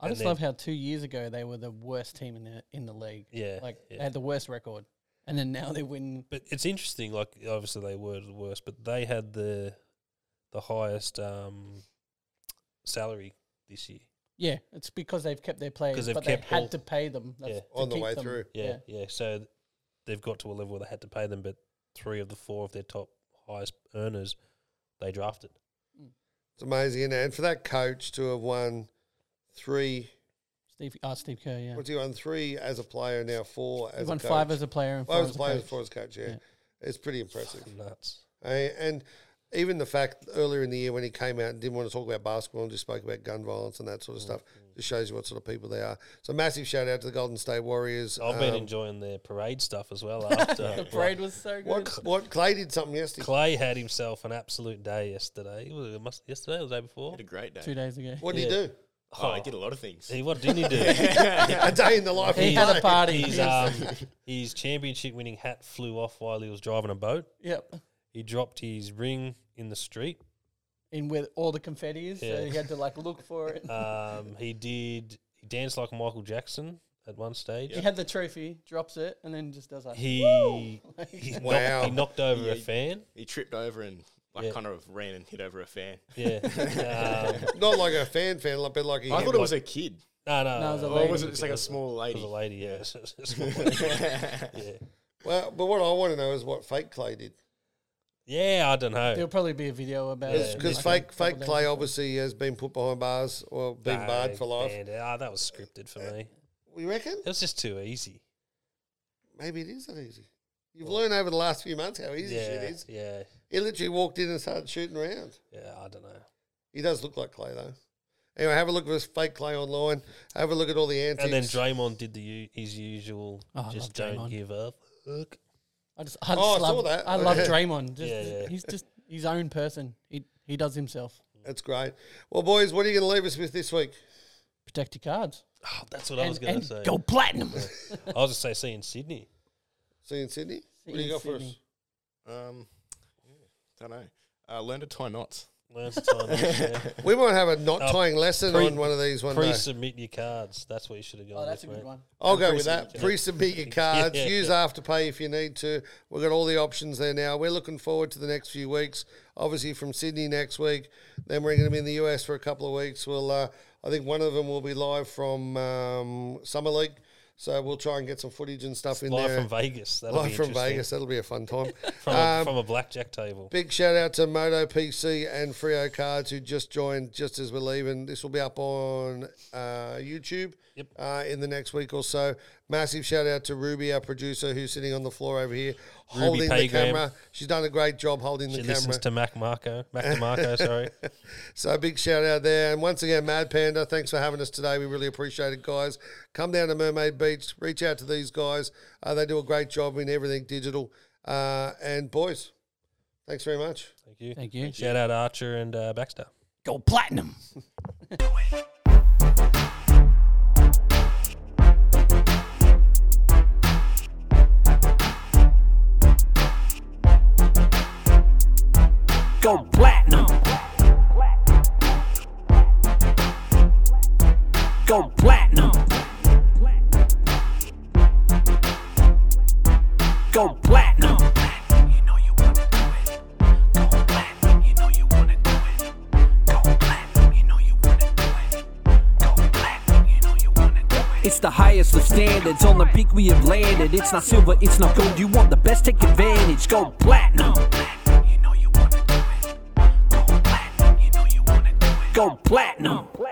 Speaker 5: I
Speaker 4: And
Speaker 5: just
Speaker 4: then-
Speaker 5: love how two years ago they were the worst team in the in the league.
Speaker 4: Yeah,
Speaker 5: like
Speaker 4: yeah.
Speaker 5: they had the worst record, and then now they win.
Speaker 4: But it's interesting. Like obviously they were the worst, but they had the the highest um, salary this year.
Speaker 5: Yeah, it's because they've kept their players,
Speaker 4: they've
Speaker 5: but
Speaker 4: kept
Speaker 5: they had
Speaker 4: all-
Speaker 5: to pay them that's
Speaker 4: Yeah.
Speaker 5: to
Speaker 3: On the
Speaker 5: keep
Speaker 3: way
Speaker 5: them.
Speaker 3: through.
Speaker 4: Yeah, yeah. So th- they've got to a level where they had to pay them, but three of the four of their top highest earners they drafted.
Speaker 3: It's amazing, and, and for that coach to have won three,
Speaker 5: Steve, ah, Steve Kerr, yeah,
Speaker 3: what's he won three as a player now, four as
Speaker 5: he won
Speaker 3: a coach.
Speaker 5: five as a player and four
Speaker 3: Well, as
Speaker 5: as
Speaker 3: a player,
Speaker 5: a coach.
Speaker 3: before as coach, yeah.
Speaker 5: Yeah.
Speaker 3: It's pretty impressive.
Speaker 4: Nuts.
Speaker 3: Eh, and even the fact earlier in the year when he came out and didn't want to talk about basketball and just spoke about gun violence and that sort of
Speaker 5: Mm,
Speaker 3: stuff just shows you what sort of people they are. So, massive shout out to the Golden State Warriors.
Speaker 4: I've been
Speaker 3: Um,
Speaker 4: enjoying their parade stuff as well. After
Speaker 5: The parade was so good.
Speaker 3: what, what Clay did something yesterday.
Speaker 4: Clay had himself an absolute day yesterday. Was it must, yesterday or the day before?
Speaker 6: Had a great day.
Speaker 5: Two days ago,
Speaker 3: What did he do?
Speaker 6: Oh, I did a lot of things.
Speaker 4: He, what didn't he do?
Speaker 3: A day in the life.
Speaker 5: he
Speaker 3: of
Speaker 5: had
Speaker 3: Clay.
Speaker 5: a party.
Speaker 4: his, um, his championship winning hat flew off while he was driving a boat.
Speaker 5: yep,
Speaker 4: He dropped his ring in the street.
Speaker 5: in with all the confetti is, so
Speaker 4: Yeah.
Speaker 5: he had to like look for it.
Speaker 4: Um, he did. He danced like Michael Jackson at one stage.
Speaker 5: He had the trophy, drops it, and then just does like
Speaker 4: He, he, knocked,
Speaker 3: Wow.
Speaker 4: he knocked over
Speaker 6: Yeah,
Speaker 4: a
Speaker 6: he-
Speaker 4: fan.
Speaker 6: He tripped over and Like
Speaker 4: Yeah.
Speaker 6: kind of ran and hit over a fan.
Speaker 4: Yeah. um,
Speaker 3: Not like a fan fan, like- but like a
Speaker 6: I thought it was a kid.
Speaker 4: no, no.
Speaker 5: No, it was a
Speaker 4: no,
Speaker 6: Or
Speaker 5: Lady.
Speaker 6: was it just like a small
Speaker 4: It was
Speaker 6: lady?
Speaker 4: a lady, yeah. It was a small lady.
Speaker 3: Well, but what I want to know is what fake clay did.
Speaker 4: yeah. yeah, I don't know.
Speaker 5: There'll probably be a video about
Speaker 4: Yeah.
Speaker 5: it.
Speaker 3: Because
Speaker 5: Like a
Speaker 3: fake
Speaker 5: couple
Speaker 3: fake
Speaker 5: days
Speaker 3: clay
Speaker 5: before.
Speaker 3: obviously has been put behind bars or been
Speaker 4: Nah,
Speaker 3: barred for life.
Speaker 4: banned it. Ah, that was scripted for me.
Speaker 3: We reckon?
Speaker 4: It was just too easy.
Speaker 3: Maybe it is that easy. You've learned over the last few months how easy
Speaker 4: yeah,
Speaker 3: shit is.
Speaker 4: yeah,
Speaker 3: He literally walked in and started shooting around.
Speaker 4: yeah. I don't know.
Speaker 3: He does look like clay though. Anyway, have a look at this fake clay online. Have a look at all the antics.
Speaker 4: And then Draymond did the u- his usual,
Speaker 5: Oh, I love
Speaker 4: just don't
Speaker 5: Draymond.
Speaker 4: give up. Look.
Speaker 5: I just, I just
Speaker 3: Oh, I saw
Speaker 5: love,
Speaker 3: that.
Speaker 5: I love
Speaker 3: Yeah.
Speaker 5: Draymond. Just,
Speaker 4: Yeah, yeah.
Speaker 5: He's just his own person. He he does himself.
Speaker 3: That's great. Well, boys, what are you going to leave us with this week?
Speaker 5: Protect your cards.
Speaker 4: Oh, that's what I
Speaker 5: And,
Speaker 4: was going
Speaker 5: and
Speaker 4: to say.
Speaker 5: go platinum.
Speaker 4: I was going to say, see in Sydney.
Speaker 3: See you in Sydney. what do
Speaker 5: you
Speaker 3: you
Speaker 5: in
Speaker 3: got for us?
Speaker 5: Sydney.
Speaker 6: Um, don't know. Uh, learn to tie knots.
Speaker 4: Learn to tie knots, yeah.
Speaker 3: We might have a knot
Speaker 4: Uh,
Speaker 3: tying lesson
Speaker 4: pre-
Speaker 3: on one of these one day.
Speaker 4: Pre-submit your cards. That's what you should have gone
Speaker 5: Oh, that's a
Speaker 4: with, mate.
Speaker 5: good one.
Speaker 3: I'll go with that.
Speaker 4: Pre-submit.
Speaker 3: Pre-submit your cards.
Speaker 4: Yeah.
Speaker 3: Use Afterpay if you need to. We've got all the options there now. We're looking forward to the next few weeks. Obviously from Sydney next week. Then we're going to be in the US for a couple of weeks. We'll, uh, I think one of them will be live from um, Summer League. So we'll try and get some footage and stuff in
Speaker 4: Live
Speaker 3: there.
Speaker 4: from Vegas. That'll
Speaker 3: live
Speaker 4: be
Speaker 3: from
Speaker 4: interesting.
Speaker 3: Vegas. That'll be a fun time. Um,
Speaker 4: From, a, from a blackjack table.
Speaker 3: Big shout out to Moto PC and Frio Cards who just joined just as we're leaving. This will be up on uh, YouTube
Speaker 4: Yep.
Speaker 3: uh, in the next week or so. Massive shout out to Ruby, our producer, who's sitting on the floor over here holding the
Speaker 4: Pagram.
Speaker 3: camera. She's done a great job holding
Speaker 4: She
Speaker 3: the camera.
Speaker 4: listens to Mac Marco. Mac DeMarco, sorry.
Speaker 3: So big shout out there. And once again, Mad Panda, thanks for having us today. We really appreciate it, guys. Come down to Mermaid Beach, reach out to these guys. Uh, they do a great job in everything digital. Uh, and boys, thanks very much.
Speaker 4: Thank you.
Speaker 5: Thank you.
Speaker 4: Shout out Archer and uh, Baxter.
Speaker 5: Go platinum.
Speaker 2: Go platinum. Go platinum. Go platinum.
Speaker 1: You know you wanna do it. Go platinum. You know you wanna do it. Go platinum. You know you wanna do it. Go platinum. You know you wanna do it.
Speaker 2: It's the highest of standards. On the peak we have landed. It's not silver, it's not gold. You want the best, take advantage. Go platinum.
Speaker 1: platinum. You know you wanna do it. Go platinum. You know you wanna do it.
Speaker 2: Go platinum.